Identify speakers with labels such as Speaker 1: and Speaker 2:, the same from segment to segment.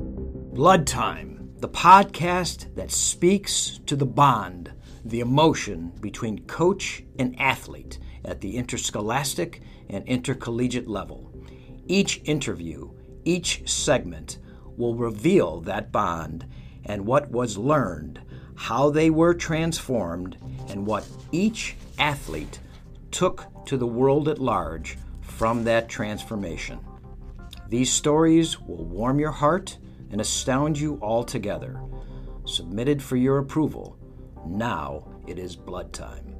Speaker 1: Blood Time, the podcast that speaks to the bond, the emotion between coach and athlete at the interscholastic and intercollegiate level. Each interview, each segment will reveal that bond and what was learned, how they were transformed, and what each athlete took to the world at large from that transformation. These stories will warm your heart and astound you altogether. Submitted for your approval, now it is blood time.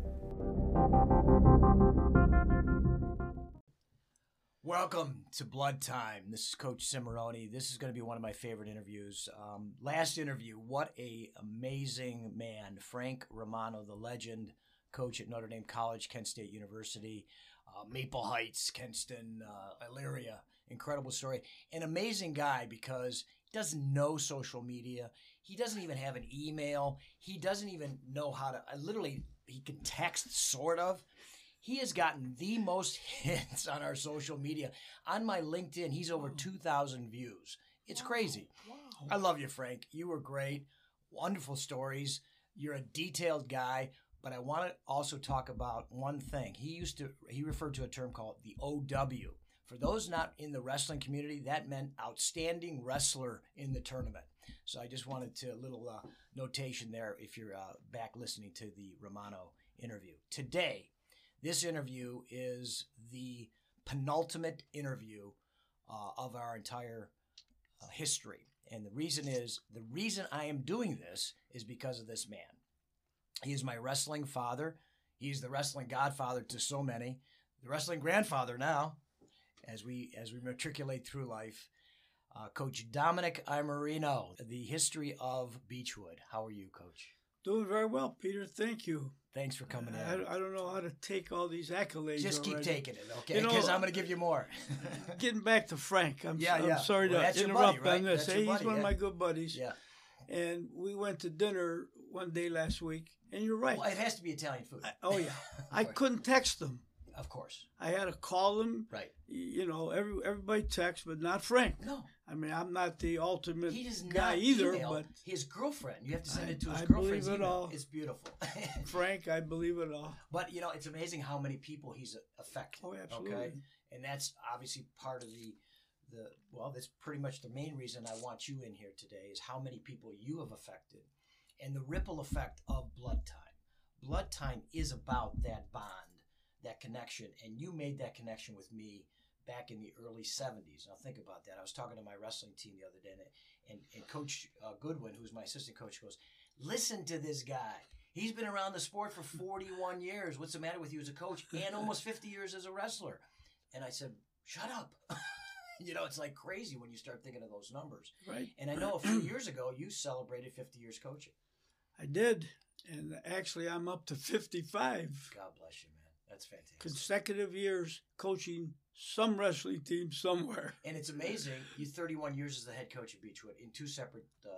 Speaker 1: Welcome to Blood Time. This is Coach Cimarroni. This is going to be one of my favorite interviews. Um, last interview, what a amazing man, Frank Romano, the legend, coach at Notre Dame College, Kent State University, uh, Maple Heights, Kenston, uh, Elyria. Incredible story. An amazing guy because he doesn't know social media. He doesn't even have an email. He doesn't even know how to. I literally, he can text sort of. He has gotten the most hits on our social media. On my LinkedIn, he's over 2,000 views. It's crazy. I love you, Frank. You were great. Wonderful stories. You're a detailed guy but I want to also talk about one thing. He used to he referred to a term called the OW. For those not in the wrestling community, that meant outstanding wrestler in the tournament. So I just wanted to a little uh, notation there if you're uh, back listening to the Romano interview today. This interview is the penultimate interview uh, of our entire uh, history, and the reason is the reason I am doing this is because of this man. He is my wrestling father. He's the wrestling godfather to so many, the wrestling grandfather now, as we as we matriculate through life. Uh, Coach Dominic Imerino, the history of Beechwood. How are you, Coach?
Speaker 2: Doing very well, Peter. Thank you.
Speaker 1: Thanks for coming
Speaker 2: I,
Speaker 1: in.
Speaker 2: I don't know how to take all these accolades.
Speaker 1: Just keep
Speaker 2: already.
Speaker 1: taking it, okay?
Speaker 2: You know,
Speaker 1: Because I'm going to give you more.
Speaker 2: Getting back to Frank, I'm,
Speaker 1: Yeah,
Speaker 2: I'm
Speaker 1: yeah.
Speaker 2: sorry
Speaker 1: Well, that's
Speaker 2: to
Speaker 1: your
Speaker 2: interrupt
Speaker 1: buddy, right?
Speaker 2: on this.
Speaker 1: That's your
Speaker 2: hey, he's
Speaker 1: buddy,
Speaker 2: one
Speaker 1: yeah.
Speaker 2: of my good buddies,
Speaker 1: yeah.
Speaker 2: and we went to dinner one day last week. And you're right.
Speaker 1: Well, it has to be Italian food.
Speaker 2: I- oh yeah, I couldn't text him.
Speaker 1: of course.
Speaker 2: I had to call him.
Speaker 1: Right.
Speaker 2: Y- You know, every everybody texts, but not Frank.
Speaker 1: No,
Speaker 2: I mean, I'm not the ultimate
Speaker 1: he does
Speaker 2: guy
Speaker 1: not
Speaker 2: either,
Speaker 1: email
Speaker 2: but
Speaker 1: his girlfriend. You have to send
Speaker 2: I-
Speaker 1: it to his
Speaker 2: I believe
Speaker 1: girlfriend's
Speaker 2: it
Speaker 1: email.
Speaker 2: all.
Speaker 1: It's beautiful.
Speaker 2: Frank, I believe it all.
Speaker 1: But you know, it's amazing how many people he's affected.
Speaker 2: Oh, absolutely.
Speaker 1: and that's obviously part of the the well, that's pretty much the main reason I want you in here today is how many people you have affected, and the ripple effect of blood time. Blood time is about that bond, that connection, and you made that connection with me back in the early 70s. Now think about that. I was talking to my wrestling team the other day, and and, and Coach uh, Goodwin, who's my assistant coach, goes, "Listen to this guy." He's been around the sport for 41 years. What's the matter with you as a coach and almost 50 years as a wrestler? And I said, Shut up. you know, it's like crazy when you start thinking of those numbers.
Speaker 2: Right.
Speaker 1: And I know a few years ago you celebrated 50 years coaching.
Speaker 2: I did, and actually, I'm up to 55
Speaker 1: God bless you, man. That's fantastic.
Speaker 2: consecutive years coaching some wrestling team somewhere.
Speaker 1: And it's amazing. You 31 years as the head coach at Beechwood in two separate, uh,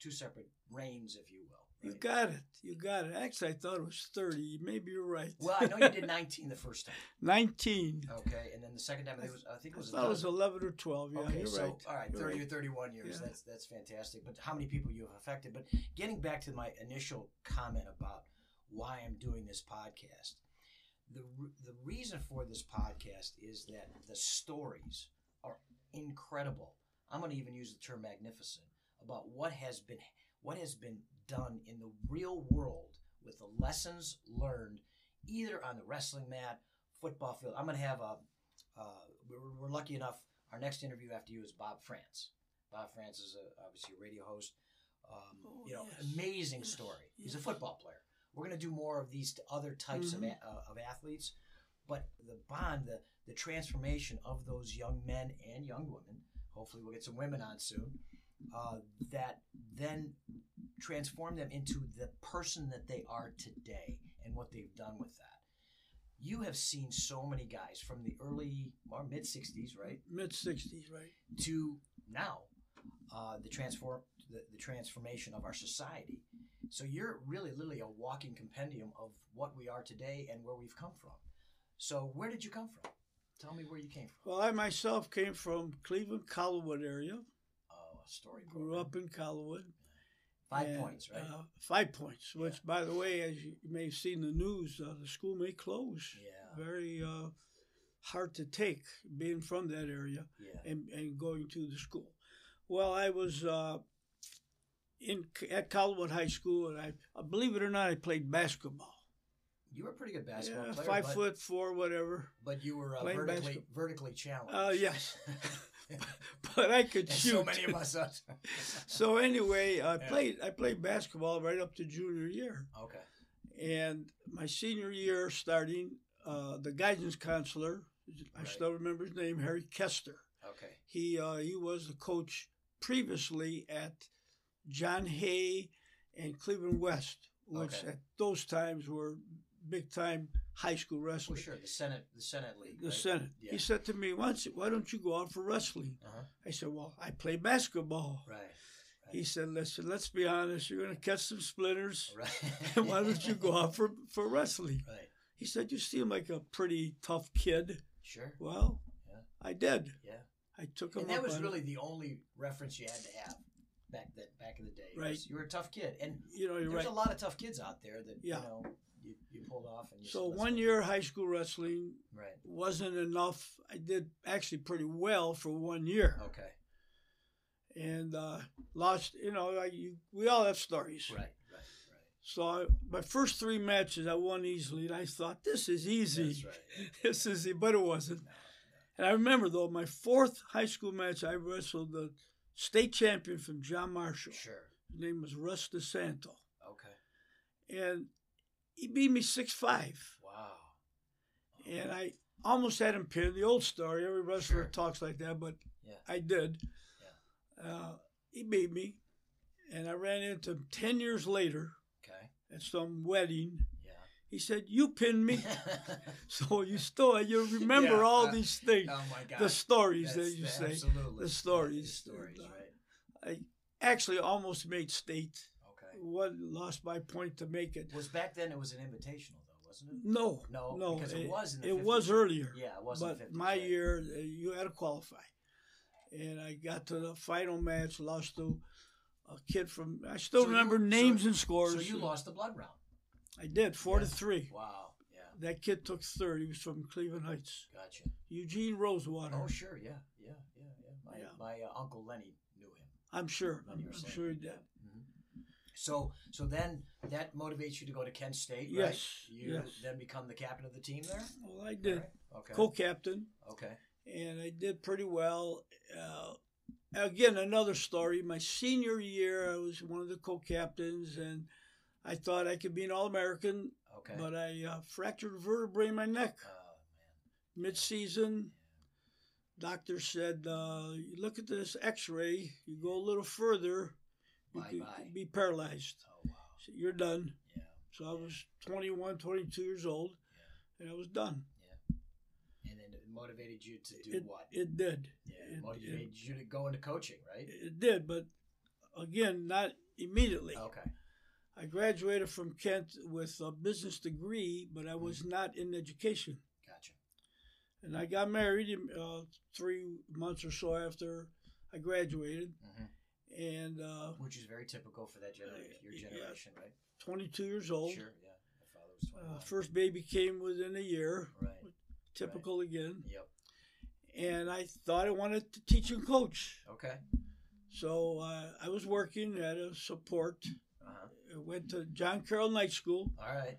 Speaker 1: two separate reigns, if you will.
Speaker 2: You
Speaker 1: right?
Speaker 2: got it. You got it. Actually, I thought it was 30. Maybe you're right.
Speaker 1: well, I know you did 19 the first time,
Speaker 2: 19.
Speaker 1: okay, and then the second time I think it was I think it
Speaker 2: I
Speaker 1: was
Speaker 2: thought it was
Speaker 1: dozen.
Speaker 2: 11 or 12. Yeah,
Speaker 1: Oh. okay,
Speaker 2: you're
Speaker 1: so
Speaker 2: right.
Speaker 1: all right,
Speaker 2: You're
Speaker 1: thirty or
Speaker 2: right.
Speaker 1: thirty-one years.
Speaker 2: Yeah.
Speaker 1: That's that's fantastic. But how many people you have affected? But getting back to my initial comment about why I'm doing this podcast, the re- the reason for this podcast is that the stories are incredible. I'm going to even use the term magnificent about what has been what has been done in the real world with the lessons learned, either on the wrestling mat, football field. I'm going to have a uh, we're, we're lucky enough. Our next interview after you is Bob France. Bob France is a, obviously a radio host. Um,
Speaker 2: Oh,
Speaker 1: you know,
Speaker 2: yes.
Speaker 1: amazing
Speaker 2: Yes.
Speaker 1: story. He's a
Speaker 2: Yes.
Speaker 1: football player. We're going to do more of these t- other types of,
Speaker 2: Mhm.
Speaker 1: a, uh, of athletes, but the bond, the the transformation of those young men and young women. Hopefully, we'll get some women on soon. Uh, that then transform them into the person that they are today and what they've done with that. You have seen so many guys from the early or mid 60s, right,
Speaker 2: Mid 60s, right?
Speaker 1: to now, uh, the transform the, the transformation of our society. So you're really literally a walking compendium of what we are today and where we've come from. So where did you come from? Tell me where you came from.
Speaker 2: Well, I myself came from Cleveland, Collinwood area.
Speaker 1: Oh, story.
Speaker 2: Grew
Speaker 1: program.
Speaker 2: up in Colwood.
Speaker 1: Five
Speaker 2: and,
Speaker 1: points, right?
Speaker 2: Uh, five points, which, by the way, as you may have seen in the news, uh, the school may close.
Speaker 1: yeah,
Speaker 2: Very uh, hard to take being from that area
Speaker 1: yeah.
Speaker 2: and, and going to the school. Well, I was uh, in at Colwood High School, and I uh, believe it or not, I played basketball.
Speaker 1: You were a pretty good basketball
Speaker 2: Yeah,
Speaker 1: player.
Speaker 2: five
Speaker 1: but,
Speaker 2: foot four, whatever.
Speaker 1: but you were uh,
Speaker 2: playing
Speaker 1: vertically
Speaker 2: basketball.
Speaker 1: vertically challenged.
Speaker 2: Uh, yes, but I could
Speaker 1: As
Speaker 2: shoot.
Speaker 1: so many of us. Are.
Speaker 2: So anyway, I
Speaker 1: Yeah.
Speaker 2: played I played basketball right up to junior year,
Speaker 1: okay.
Speaker 2: and my senior year starting, uh, the guidance counselor, I
Speaker 1: Right.
Speaker 2: still remember his name, Harry Kester.
Speaker 1: Okay.
Speaker 2: He uh, he was the coach previously at John Hay and Cleveland West, which
Speaker 1: Okay.
Speaker 2: at those times were big time high school
Speaker 1: Well,
Speaker 2: wrestling.
Speaker 1: sure. The Senate, the Senate League.
Speaker 2: The
Speaker 1: right?
Speaker 2: Senate.
Speaker 1: Yeah.
Speaker 2: He said to me, once, why don't you go out for wrestling?
Speaker 1: Uh-huh.
Speaker 2: I said, well, I play basketball.
Speaker 1: Right.
Speaker 2: He said, "Listen, let's be honest. You're going to catch some splinters.
Speaker 1: Right.
Speaker 2: Why don't you go out for for wrestling?"
Speaker 1: Right.
Speaker 2: He said, "You seem like a pretty tough kid."
Speaker 1: Sure.
Speaker 2: Well,
Speaker 1: Yeah.
Speaker 2: I did.
Speaker 1: Yeah.
Speaker 2: I took him.
Speaker 1: And that
Speaker 2: up
Speaker 1: was
Speaker 2: on
Speaker 1: really the only reference you had to have back that back in the day.
Speaker 2: Right.
Speaker 1: was You were a tough kid, and
Speaker 2: it. You know, you're
Speaker 1: there's
Speaker 2: right.
Speaker 1: a lot of tough kids out there that
Speaker 2: Yeah.
Speaker 1: you know you, you pulled off. And you
Speaker 2: So
Speaker 1: said, "Let's
Speaker 2: one
Speaker 1: go."
Speaker 2: year high school wrestling
Speaker 1: Right.
Speaker 2: wasn't enough. I did actually pretty well for one year,
Speaker 1: Okay.
Speaker 2: and uh, lost. You know, I, you, we all have stories.
Speaker 1: Right. Right. Right.
Speaker 2: So I, my first three matches, I won easily, and I thought this is easy.
Speaker 1: That's right.
Speaker 2: this is easy, but it wasn't.
Speaker 1: No.
Speaker 2: And I remember though my fourth high school match, I wrestled the state champion from John Marshall.
Speaker 1: Sure.
Speaker 2: His name was Russ DeSanto,
Speaker 1: Okay.
Speaker 2: and he beat me six five.
Speaker 1: Wow.
Speaker 2: And I almost had him pinned. The old story, every wrestler
Speaker 1: Sure.
Speaker 2: talks like that, but
Speaker 1: Yeah.
Speaker 2: I did. Uh, he beat me, and I ran into him ten years later
Speaker 1: Okay.
Speaker 2: at some wedding.
Speaker 1: Yeah.
Speaker 2: He said, "You pinned me." so you still you remember all
Speaker 1: uh,
Speaker 2: these things,
Speaker 1: oh my God.
Speaker 2: the stories
Speaker 1: That's
Speaker 2: that you
Speaker 1: the-
Speaker 2: say.
Speaker 1: Absolutely.
Speaker 2: the stories.
Speaker 1: The stories. Right.
Speaker 2: actually almost made state.
Speaker 1: Okay.
Speaker 2: One lost by point to make it.
Speaker 1: Was back then it was an invitational though, wasn't it?
Speaker 2: No,
Speaker 1: No,
Speaker 2: no,
Speaker 1: because it, was in the
Speaker 2: it
Speaker 1: 50s.
Speaker 2: was earlier.
Speaker 1: Yeah, it was in
Speaker 2: but
Speaker 1: the 50s,
Speaker 2: my
Speaker 1: right.
Speaker 2: year, uh, you had to qualify, and I got to the final match, lost to a kid from. I still
Speaker 1: So you-
Speaker 2: remember
Speaker 1: so-
Speaker 2: names and scores.
Speaker 1: So you lost the blood round.
Speaker 2: I did four to
Speaker 1: Yeah.
Speaker 2: three.
Speaker 1: Wow. Yeah.
Speaker 2: That kid took third. He was from Cleveland Heights.
Speaker 1: Gotcha.
Speaker 2: Eugene Rosewater.
Speaker 1: Oh sure. Yeah. Yeah. Yeah. Yeah. My
Speaker 2: Yeah.
Speaker 1: my uh, uncle Lenny knew him.
Speaker 2: I'm sure.
Speaker 1: Lenny
Speaker 2: I'm,
Speaker 1: was
Speaker 2: I'm
Speaker 1: like-
Speaker 2: sure he did.
Speaker 1: Mhm. So so then that motivates you to go to Kent State, right?
Speaker 2: Yes,
Speaker 1: You
Speaker 2: yes.
Speaker 1: then become the captain of the team there.
Speaker 2: Well, I did.
Speaker 1: All right. Okay.
Speaker 2: Co-captain.
Speaker 1: Okay.
Speaker 2: and I did pretty well. Uh, again, another story. My senior year, I was one of the co-captains, and I thought I could be an All-American,
Speaker 1: Okay.
Speaker 2: but I uh, fractured a vertebrae in my neck
Speaker 1: Oh,
Speaker 2: mid-season. Doctor said, uh, "You look at this X-ray. You go a little further, you
Speaker 1: Bye
Speaker 2: could
Speaker 1: bye.
Speaker 2: be paralyzed.
Speaker 1: Oh wow.
Speaker 2: So you're done."
Speaker 1: Yeah.
Speaker 2: So I was 21, 22 years old, and I was done.
Speaker 1: And then it motivated you to do
Speaker 2: It,
Speaker 1: what?
Speaker 2: it did.
Speaker 1: Yeah. It,
Speaker 2: it-
Speaker 1: motivated you to go into coaching, right?
Speaker 2: It did, but again, not immediately.
Speaker 1: okay.
Speaker 2: I graduated from Kent with a business degree, but I
Speaker 1: Mm-hmm.
Speaker 2: was not in education.
Speaker 1: Gotcha.
Speaker 2: And I got married uh, three months or so after I graduated,
Speaker 1: Mhm.
Speaker 2: and uh,
Speaker 1: Which is very typical for that generation, your
Speaker 2: Yeah.
Speaker 1: generation, right?
Speaker 2: 22 years old.
Speaker 1: Sure. Yeah. My father was
Speaker 2: Uh,
Speaker 1: 21.
Speaker 2: first baby came within a year,
Speaker 1: right.
Speaker 2: typical again.
Speaker 1: Yep.
Speaker 2: And I thought I wanted to teach and coach.
Speaker 1: Okay.
Speaker 2: So uh, I was working at a support.
Speaker 1: Uh-huh.
Speaker 2: I went to John Carroll Night School.
Speaker 1: All right.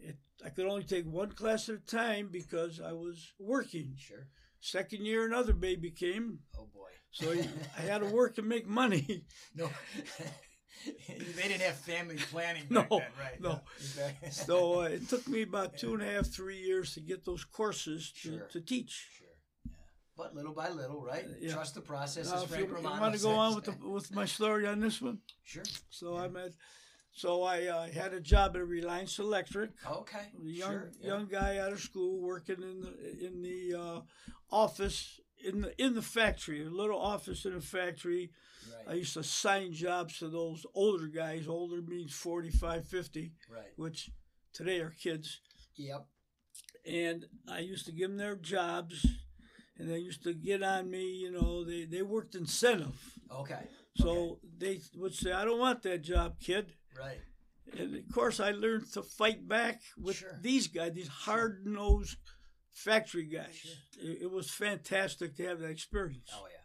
Speaker 2: It, I could only take one class at a time because I was working.
Speaker 1: Sure.
Speaker 2: Second year, another baby came,
Speaker 1: Oh boy.
Speaker 2: so I I had to work to make money.
Speaker 1: No. they didn't have family planning back
Speaker 2: No,
Speaker 1: then, right?
Speaker 2: no.
Speaker 1: Yeah, exactly.
Speaker 2: So uh, it took me about two and a half, three years to get those courses to,
Speaker 1: Sure.
Speaker 2: to teach.
Speaker 1: Sure. Yeah. But little by little, right?
Speaker 2: Uh, yeah.
Speaker 1: Trust the process.
Speaker 2: Now,
Speaker 1: as
Speaker 2: if
Speaker 1: Frank
Speaker 2: you,
Speaker 1: Romano
Speaker 2: want to go on with
Speaker 1: says.
Speaker 2: the, with my story on this one,
Speaker 1: Sure.
Speaker 2: so
Speaker 1: Yeah.
Speaker 2: I'm at, so I uh, had a job at Reliance Electric.
Speaker 1: Okay.
Speaker 2: A young
Speaker 1: sure. yeah.
Speaker 2: young guy out of school working in the in the uh, office in the in the factory, a little office in a factory. I
Speaker 1: Right.
Speaker 2: used to sign jobs to those older guys. Older means 45, 50,
Speaker 1: right.
Speaker 2: which today are kids.
Speaker 1: Yep.
Speaker 2: And I used to give them their jobs. and they used to get on me. You know, they they worked incentive.
Speaker 1: Okay.
Speaker 2: So
Speaker 1: Okay.
Speaker 2: they would say, "I don't want that job, kid."
Speaker 1: Right.
Speaker 2: And of course, I learned to fight back with
Speaker 1: Sure.
Speaker 2: these guys, these hard nosed factory guys.
Speaker 1: Sure.
Speaker 2: It, it was fantastic to have that experience.
Speaker 1: Oh yeah.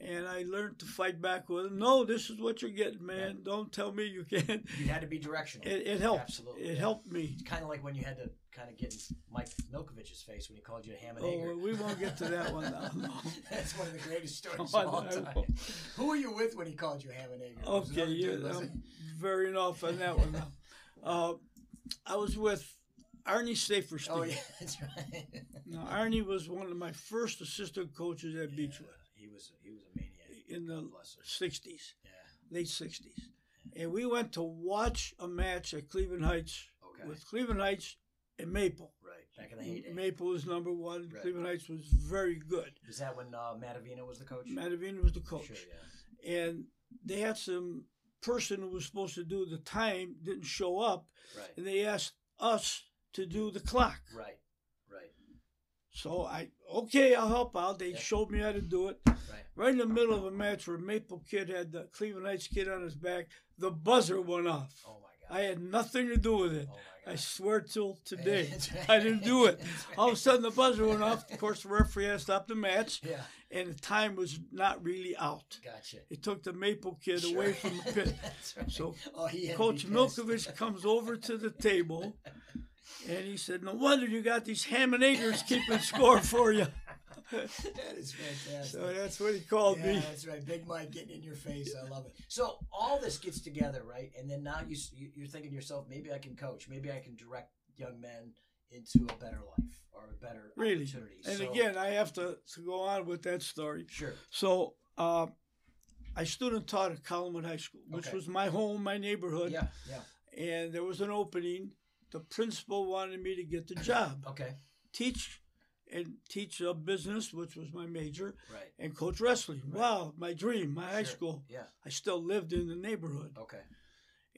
Speaker 2: And I learned to fight back with them. No, this is what you're getting, man. Don't tell me you can't.
Speaker 1: You had to be directional.
Speaker 2: It, it helped.
Speaker 1: Absolutely,
Speaker 2: It
Speaker 1: yeah.
Speaker 2: helped me.
Speaker 1: It's kind of like when you had to kind of get in Mike Milkovich's face when he called you a ham and
Speaker 2: Oh,
Speaker 1: egger.
Speaker 2: we won't get to that one now, no.
Speaker 1: That's one of the greatest stories
Speaker 2: Oh,
Speaker 1: of all
Speaker 2: I
Speaker 1: time.
Speaker 2: know.
Speaker 1: Who were you with when he called you ham and egger? It was
Speaker 2: Okay,
Speaker 1: another
Speaker 2: yeah,
Speaker 1: dude, wasn't
Speaker 2: I'm veering off on that one now. Uh, I was with
Speaker 1: it?
Speaker 2: Arnie Saferstein.
Speaker 1: Oh yeah, that's right.
Speaker 2: Now, Arnie was one of my first assistant coaches at Beechwood
Speaker 1: He was he was a maniac.
Speaker 2: in the
Speaker 1: Bless him.
Speaker 2: 60s,
Speaker 1: Yeah.
Speaker 2: late 60s. And we went to watch a match at Cleveland Heights
Speaker 1: Okay.
Speaker 2: with Cleveland Heights and Maple.
Speaker 1: right. Back in the heyday.
Speaker 2: Maple was number one.
Speaker 1: Right.
Speaker 2: Cleveland Heights was very good.
Speaker 1: was that when uh, Matavino was the coach?
Speaker 2: Matavina was the coach.
Speaker 1: Sure. Yeah.
Speaker 2: And they had some person who was supposed to do the time didn't show up,
Speaker 1: Right.
Speaker 2: and they asked us to do the clock.
Speaker 1: Right. Right.
Speaker 2: So I, okay, I'll help out. They
Speaker 1: Yeah.
Speaker 2: showed me how to do it.
Speaker 1: Right.
Speaker 2: Right in the middle of a match where Maple Kid had the Cleveland Heights kid on his back, the buzzer went off.
Speaker 1: Oh my
Speaker 2: I
Speaker 1: god.
Speaker 2: had nothing to do with it.
Speaker 1: oh my
Speaker 2: I
Speaker 1: god.
Speaker 2: swear till today.
Speaker 1: That's right.
Speaker 2: I didn't do it.
Speaker 1: That's
Speaker 2: All of a
Speaker 1: right.
Speaker 2: sudden, the buzzer went off. Of course, the referee had to stop the match,
Speaker 1: Yeah.
Speaker 2: and the time was not really out.
Speaker 1: Gotcha.
Speaker 2: It took the Maple Kid away
Speaker 1: Sure.
Speaker 2: from the pit.
Speaker 1: That's right.
Speaker 2: So,
Speaker 1: oh, he had to
Speaker 2: Coach
Speaker 1: be pissed.
Speaker 2: Milkovich comes over to the table, and he said, "No wonder you got these ham and eggers keeping score for you."
Speaker 1: that is fantastic.
Speaker 2: So that's what he called
Speaker 1: yeah,
Speaker 2: me.
Speaker 1: that's right. Big Mike getting in your face. I love it. So all this gets together, right? And then now you s- you- you're thinking to yourself, maybe I can coach. Maybe I can direct young men into a better life or a better
Speaker 2: Really.
Speaker 1: opportunity.
Speaker 2: And
Speaker 1: So-
Speaker 2: again, I have to, to go on with that story.
Speaker 1: sure.
Speaker 2: So uh, I student taught at Calumet High School, which
Speaker 1: Okay.
Speaker 2: was my home, my neighborhood.
Speaker 1: Yeah, yeah.
Speaker 2: And there was an opening. The principal wanted me to get the job,
Speaker 1: Okay,
Speaker 2: teach, and teach uh, business, which was my major,
Speaker 1: right.
Speaker 2: and coach wrestling. Wow, my dream, my high
Speaker 1: Sure.
Speaker 2: school.
Speaker 1: Yeah.
Speaker 2: I still lived in the neighborhood.
Speaker 1: Okay.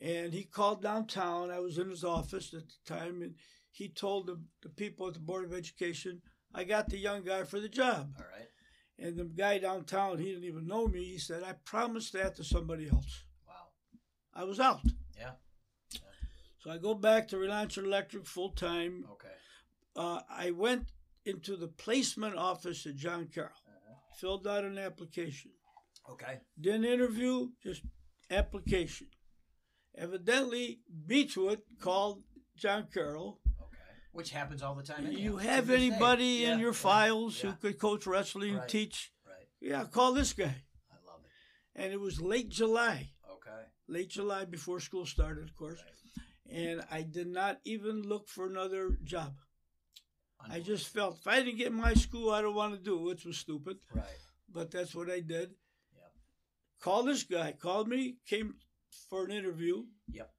Speaker 2: And he called downtown. I was in his office at the time, and he told the, the people at the Board of Education, I got the young guy for the job.
Speaker 1: All right.
Speaker 2: And the guy downtown, he didn't even know me. He said, I promised that to somebody else.
Speaker 1: Wow.
Speaker 2: I was out.
Speaker 1: Yeah.
Speaker 2: So I go back to Reliance Electric full time.
Speaker 1: Okay.
Speaker 2: Uh, I went into the placement office at John Carroll,
Speaker 1: Uh-huh.
Speaker 2: filled out an application,
Speaker 1: Okay.
Speaker 2: didn't interview, just application. Evidently, Beechwood called John Carroll.
Speaker 1: Okay. Which happens all the time. anyhow.
Speaker 2: You
Speaker 1: To
Speaker 2: have
Speaker 1: this day.
Speaker 2: anybody
Speaker 1: Yeah,
Speaker 2: in your
Speaker 1: yeah,
Speaker 2: files
Speaker 1: Yeah.
Speaker 2: who could coach wrestling,
Speaker 1: Right.
Speaker 2: teach?
Speaker 1: Right.
Speaker 2: Yeah, call this guy.
Speaker 1: I love it.
Speaker 2: And it was late July.
Speaker 1: Okay.
Speaker 2: late July before school started, of course. And I did not even look for another job. I just felt if I didn't get my school, I don't want to do it, which was stupid,
Speaker 1: Right.
Speaker 2: but that's what I did.
Speaker 1: Yeah.
Speaker 2: Called this guy, called me, came for an interview.
Speaker 1: Yep.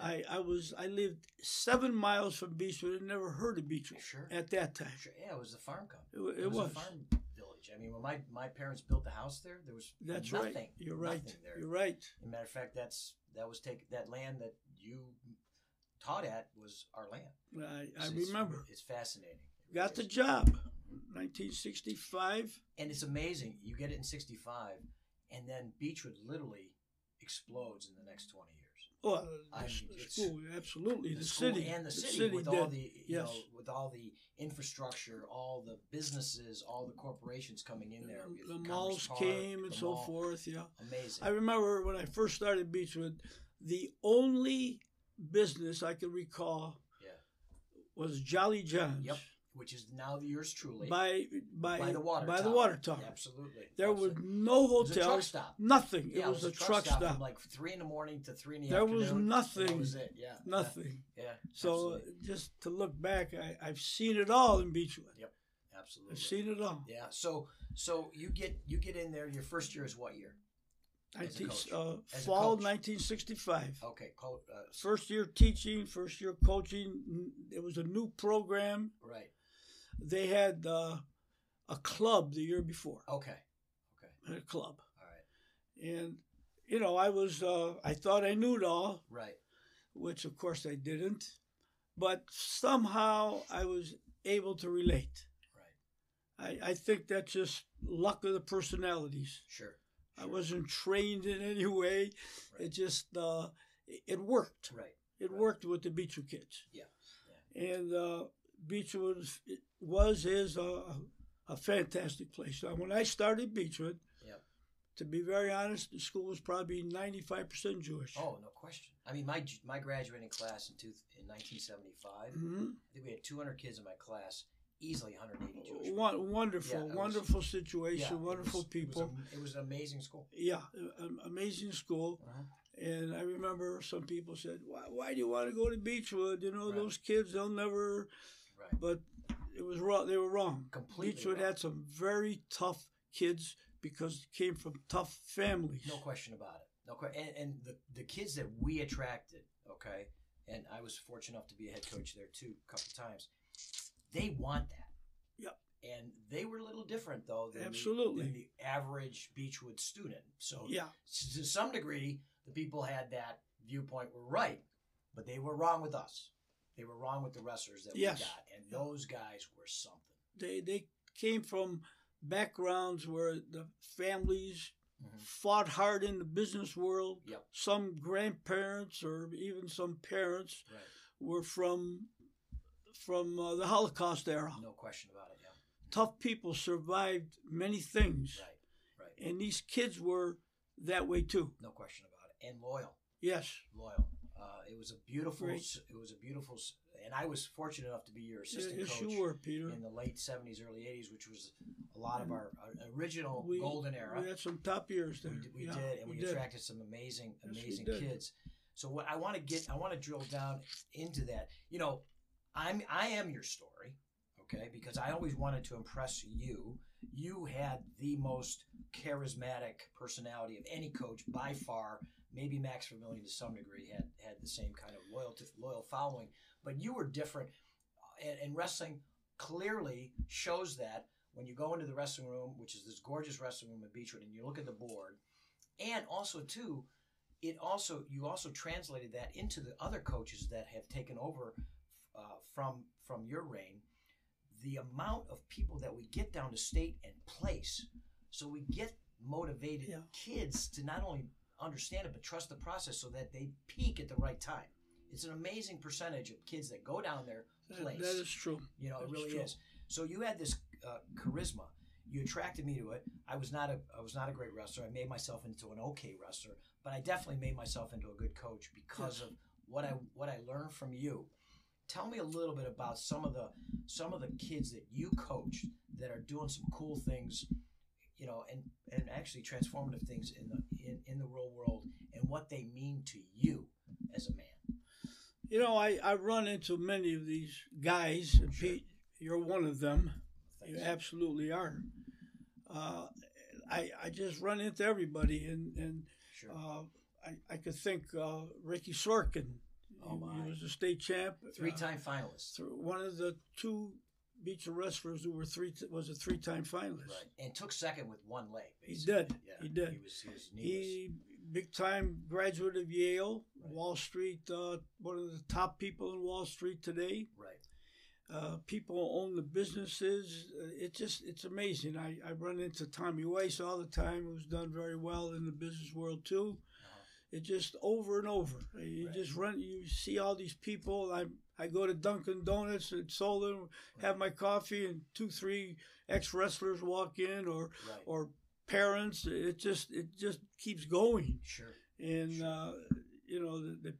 Speaker 2: I, I was I lived seven miles from Beechwood and never heard of Beechwood
Speaker 1: Sure.
Speaker 2: at that time.
Speaker 1: Sure. Yeah, it was the farm company.
Speaker 2: It, wa- it
Speaker 1: It was,
Speaker 2: was.
Speaker 1: a farm village. I mean, when my, my parents built the house there, there was
Speaker 2: That's
Speaker 1: nothing.
Speaker 2: right. You're right.
Speaker 1: nothing there.
Speaker 2: You're right.
Speaker 1: As a matter of fact, that's that was take that land that you taught at was our land.
Speaker 2: I, I
Speaker 1: It's- it's-
Speaker 2: remember.
Speaker 1: It's fascinating. It
Speaker 2: Got the
Speaker 1: really is.
Speaker 2: job. 1965.
Speaker 1: and it's amazing. You get it in '65, and then Beechwood literally explodes in the next 20 years.
Speaker 2: Well,
Speaker 1: I
Speaker 2: the
Speaker 1: mean,
Speaker 2: s- the
Speaker 1: it's-
Speaker 2: school, absolutely. The,
Speaker 1: school
Speaker 2: city
Speaker 1: and the, city, with all
Speaker 2: did.
Speaker 1: the you
Speaker 2: yes.
Speaker 1: know with all the infrastructure, all the businesses, all the corporations coming in there.
Speaker 2: the
Speaker 1: Commerce
Speaker 2: malls
Speaker 1: Park,
Speaker 2: came and
Speaker 1: the
Speaker 2: so
Speaker 1: mall.
Speaker 2: forth. Yeah,
Speaker 1: Amazing.
Speaker 2: I remember when I first started Beechwood, the only business I can recall
Speaker 1: yeah.
Speaker 2: was Jolly John's.
Speaker 1: Yep. Which is now yours truly.
Speaker 2: By by
Speaker 1: by the water
Speaker 2: by the
Speaker 1: tower.
Speaker 2: water tower.
Speaker 1: Absolutely.
Speaker 2: There was
Speaker 1: Absolutely.
Speaker 2: no
Speaker 1: It was a truck
Speaker 2: hotels,
Speaker 1: stop.
Speaker 2: nothing.
Speaker 1: Yeah,
Speaker 2: it was a truck stop.
Speaker 1: from like three in the morning to three in the
Speaker 2: There
Speaker 1: afternoon.
Speaker 2: was
Speaker 1: and That
Speaker 2: nothing.
Speaker 1: was it. Yeah.
Speaker 2: Nothing.
Speaker 1: Yeah.
Speaker 2: So
Speaker 1: absolutely.
Speaker 2: just to look back, I, I've seen it all in Beechwood.
Speaker 1: absolutely.
Speaker 2: I've seen it all.
Speaker 1: Yeah. So so you get you get in there. Your first year is what year?
Speaker 2: I
Speaker 1: As a
Speaker 2: teach
Speaker 1: coach.
Speaker 2: uh,
Speaker 1: As a
Speaker 2: fall
Speaker 1: coach.
Speaker 2: 1965.
Speaker 1: Okay. Call, uh,
Speaker 2: first year teaching, first year coaching. n- It was a new program.
Speaker 1: right.
Speaker 2: They had uh, a club the year before,
Speaker 1: Okay. Okay.
Speaker 2: a club,
Speaker 1: All right.
Speaker 2: and you know I was uh, I thought I knew it all,
Speaker 1: Right.
Speaker 2: which of course I didn't, but somehow I was able to relate.
Speaker 1: Right.
Speaker 2: I, I think that's just luck of the personalities.
Speaker 1: Sure.
Speaker 2: I wasn't trained in any way.
Speaker 1: Right.
Speaker 2: It just uh, it- it worked.
Speaker 1: Right.
Speaker 2: It
Speaker 1: Right.
Speaker 2: worked with the Beecher kids.
Speaker 1: Yeah.
Speaker 2: And uh, Beechwood was, it was is a, a fantastic place. Now, when I started Beechwood,
Speaker 1: Yep.
Speaker 2: to be very honest, the school was probably ninety five percent Jewish.
Speaker 1: Oh, no question. I mean, my my graduating class in two, in 1975,
Speaker 2: Mhm.
Speaker 1: I think we had 200 kids in my class, easily 180 Jewish. people.
Speaker 2: Won- wonderful,
Speaker 1: Yeah, it was-
Speaker 2: wonderful
Speaker 1: Yeah,
Speaker 2: situation,
Speaker 1: it
Speaker 2: wonderful
Speaker 1: was- it was
Speaker 2: people.
Speaker 1: am- It was an amazing school.
Speaker 2: yeah, a- a- amazing school.
Speaker 1: Uh-huh.
Speaker 2: And I remember some people said, why, why do you want to go to Beechwood? You know,
Speaker 1: Right.
Speaker 2: those kids, they'll never.
Speaker 1: Right.
Speaker 2: But it was wrong. They were wrong.
Speaker 1: Completely.
Speaker 2: Beechwood
Speaker 1: wrong.
Speaker 2: had some very tough kids because they came from tough families.
Speaker 1: No question about it. No question. And, and the, the kids that we attracted, okay, and I was fortunate enough to be a head coach there too, a couple times. They want that.
Speaker 2: Yep.
Speaker 1: And they were a little different though than,
Speaker 2: Absolutely.
Speaker 1: the, than the average Beechwood student. So
Speaker 2: Yeah,
Speaker 1: s- to some degree, the people had that viewpoint were right, but they were wrong with us. They were wrong with the wrestlers that
Speaker 2: Yes.
Speaker 1: we got, and those guys were something.
Speaker 2: they they came from backgrounds where the families
Speaker 1: Mhm.
Speaker 2: fought hard in the business world.
Speaker 1: Yep.
Speaker 2: Some grandparents or even some parents
Speaker 1: Right.
Speaker 2: were from from uh, the Holocaust era.
Speaker 1: No question about it. Yeah.
Speaker 2: Tough people survived many things,
Speaker 1: Right. Right.
Speaker 2: and these kids were that way too.
Speaker 1: No question about it. And loyal.
Speaker 2: Yes.
Speaker 1: loyal. Uh, it was a beautiful.
Speaker 2: Great.
Speaker 1: s- It was a beautiful, s- and I was fortunate enough to be your assistant
Speaker 2: Yes,
Speaker 1: coach
Speaker 2: you were, Peter.
Speaker 1: in the late seventies, early eighties, which was a lot of our uh, original
Speaker 2: Mm-hmm. We-
Speaker 1: golden era.
Speaker 2: We had some top years
Speaker 1: We,
Speaker 2: there.
Speaker 1: d- we
Speaker 2: Yeah,
Speaker 1: did, and we,
Speaker 2: did.
Speaker 1: attracted some amazing,
Speaker 2: Yes, we
Speaker 1: amazing
Speaker 2: did.
Speaker 1: kids. So what I want to get, I want to drill down into that. You know, I'm I am your story, okay? Because I always wanted to impress you. You had the most charismatic personality of any coach by far. Maybe Max Vermillion to some degree had had the same kind of loyalty, loyal following, but you were different. Uh, And, and wrestling clearly shows that when you go into the wrestling room, which is this gorgeous wrestling room at Beechwood, and you look at the board, and also too, it also you also translated that into the other coaches that have taken over uh, from from your reign. The amount of people that we get down to state and place, so we get motivated
Speaker 2: Yeah.
Speaker 1: kids to not only understand it but trust the process, so that they peak at the right time. It's an amazing percentage of kids that go down there,
Speaker 2: That-
Speaker 1: place.
Speaker 2: that is true.
Speaker 1: You know, it
Speaker 2: That's
Speaker 1: really
Speaker 2: true.
Speaker 1: is. So you had this uh, charisma. You attracted me to it. I was not a I was not a great wrestler. I made myself into an okay wrestler, but I definitely made myself into a good coach because of what I what I learned from you. Tell me a little bit about some of the some of the kids that you coached that are doing some cool things, you know, and and actually transformative things in the in, in the real world and what they mean to you as a man.
Speaker 2: You know, I, I run into many of these guys, and
Speaker 1: Sure.
Speaker 2: Pete, you're one of them. You
Speaker 1: Thanks.
Speaker 2: absolutely are. Uh, I, I just run into everybody, and, and
Speaker 1: Sure.
Speaker 2: uh, I, I could think uh, Ricky Sorkin.
Speaker 1: Oh,
Speaker 2: He-
Speaker 1: my.
Speaker 2: He was a state champ. uh,
Speaker 1: Three-time finalist.
Speaker 2: th- one of the two beach wrestlers who were three t- was a three time finalist.
Speaker 1: Right. And took second with one leg.
Speaker 2: He
Speaker 1: basically.
Speaker 2: did.
Speaker 1: Yeah.
Speaker 2: He did.
Speaker 1: He was, he was knee
Speaker 2: He big time graduate of Yale,
Speaker 1: Right.
Speaker 2: Wall Street, uh, one of the top people in Wall Street today.
Speaker 1: was- Right.
Speaker 2: uh, people own the businesses. Uh, It just it's amazing. I, I run into Tommy Weiss all the time, who's done very well in the business world too.
Speaker 1: Uh-huh.
Speaker 2: It just over and over. Uh, You
Speaker 1: Right.
Speaker 2: just run. You see all these people. I I go to Dunkin' Donuts and Solon, have my coffee, and two three ex wrestlers walk in or
Speaker 1: Right.
Speaker 2: or parents. It just it just keeps going,
Speaker 1: sure.
Speaker 2: and uh, you know the. the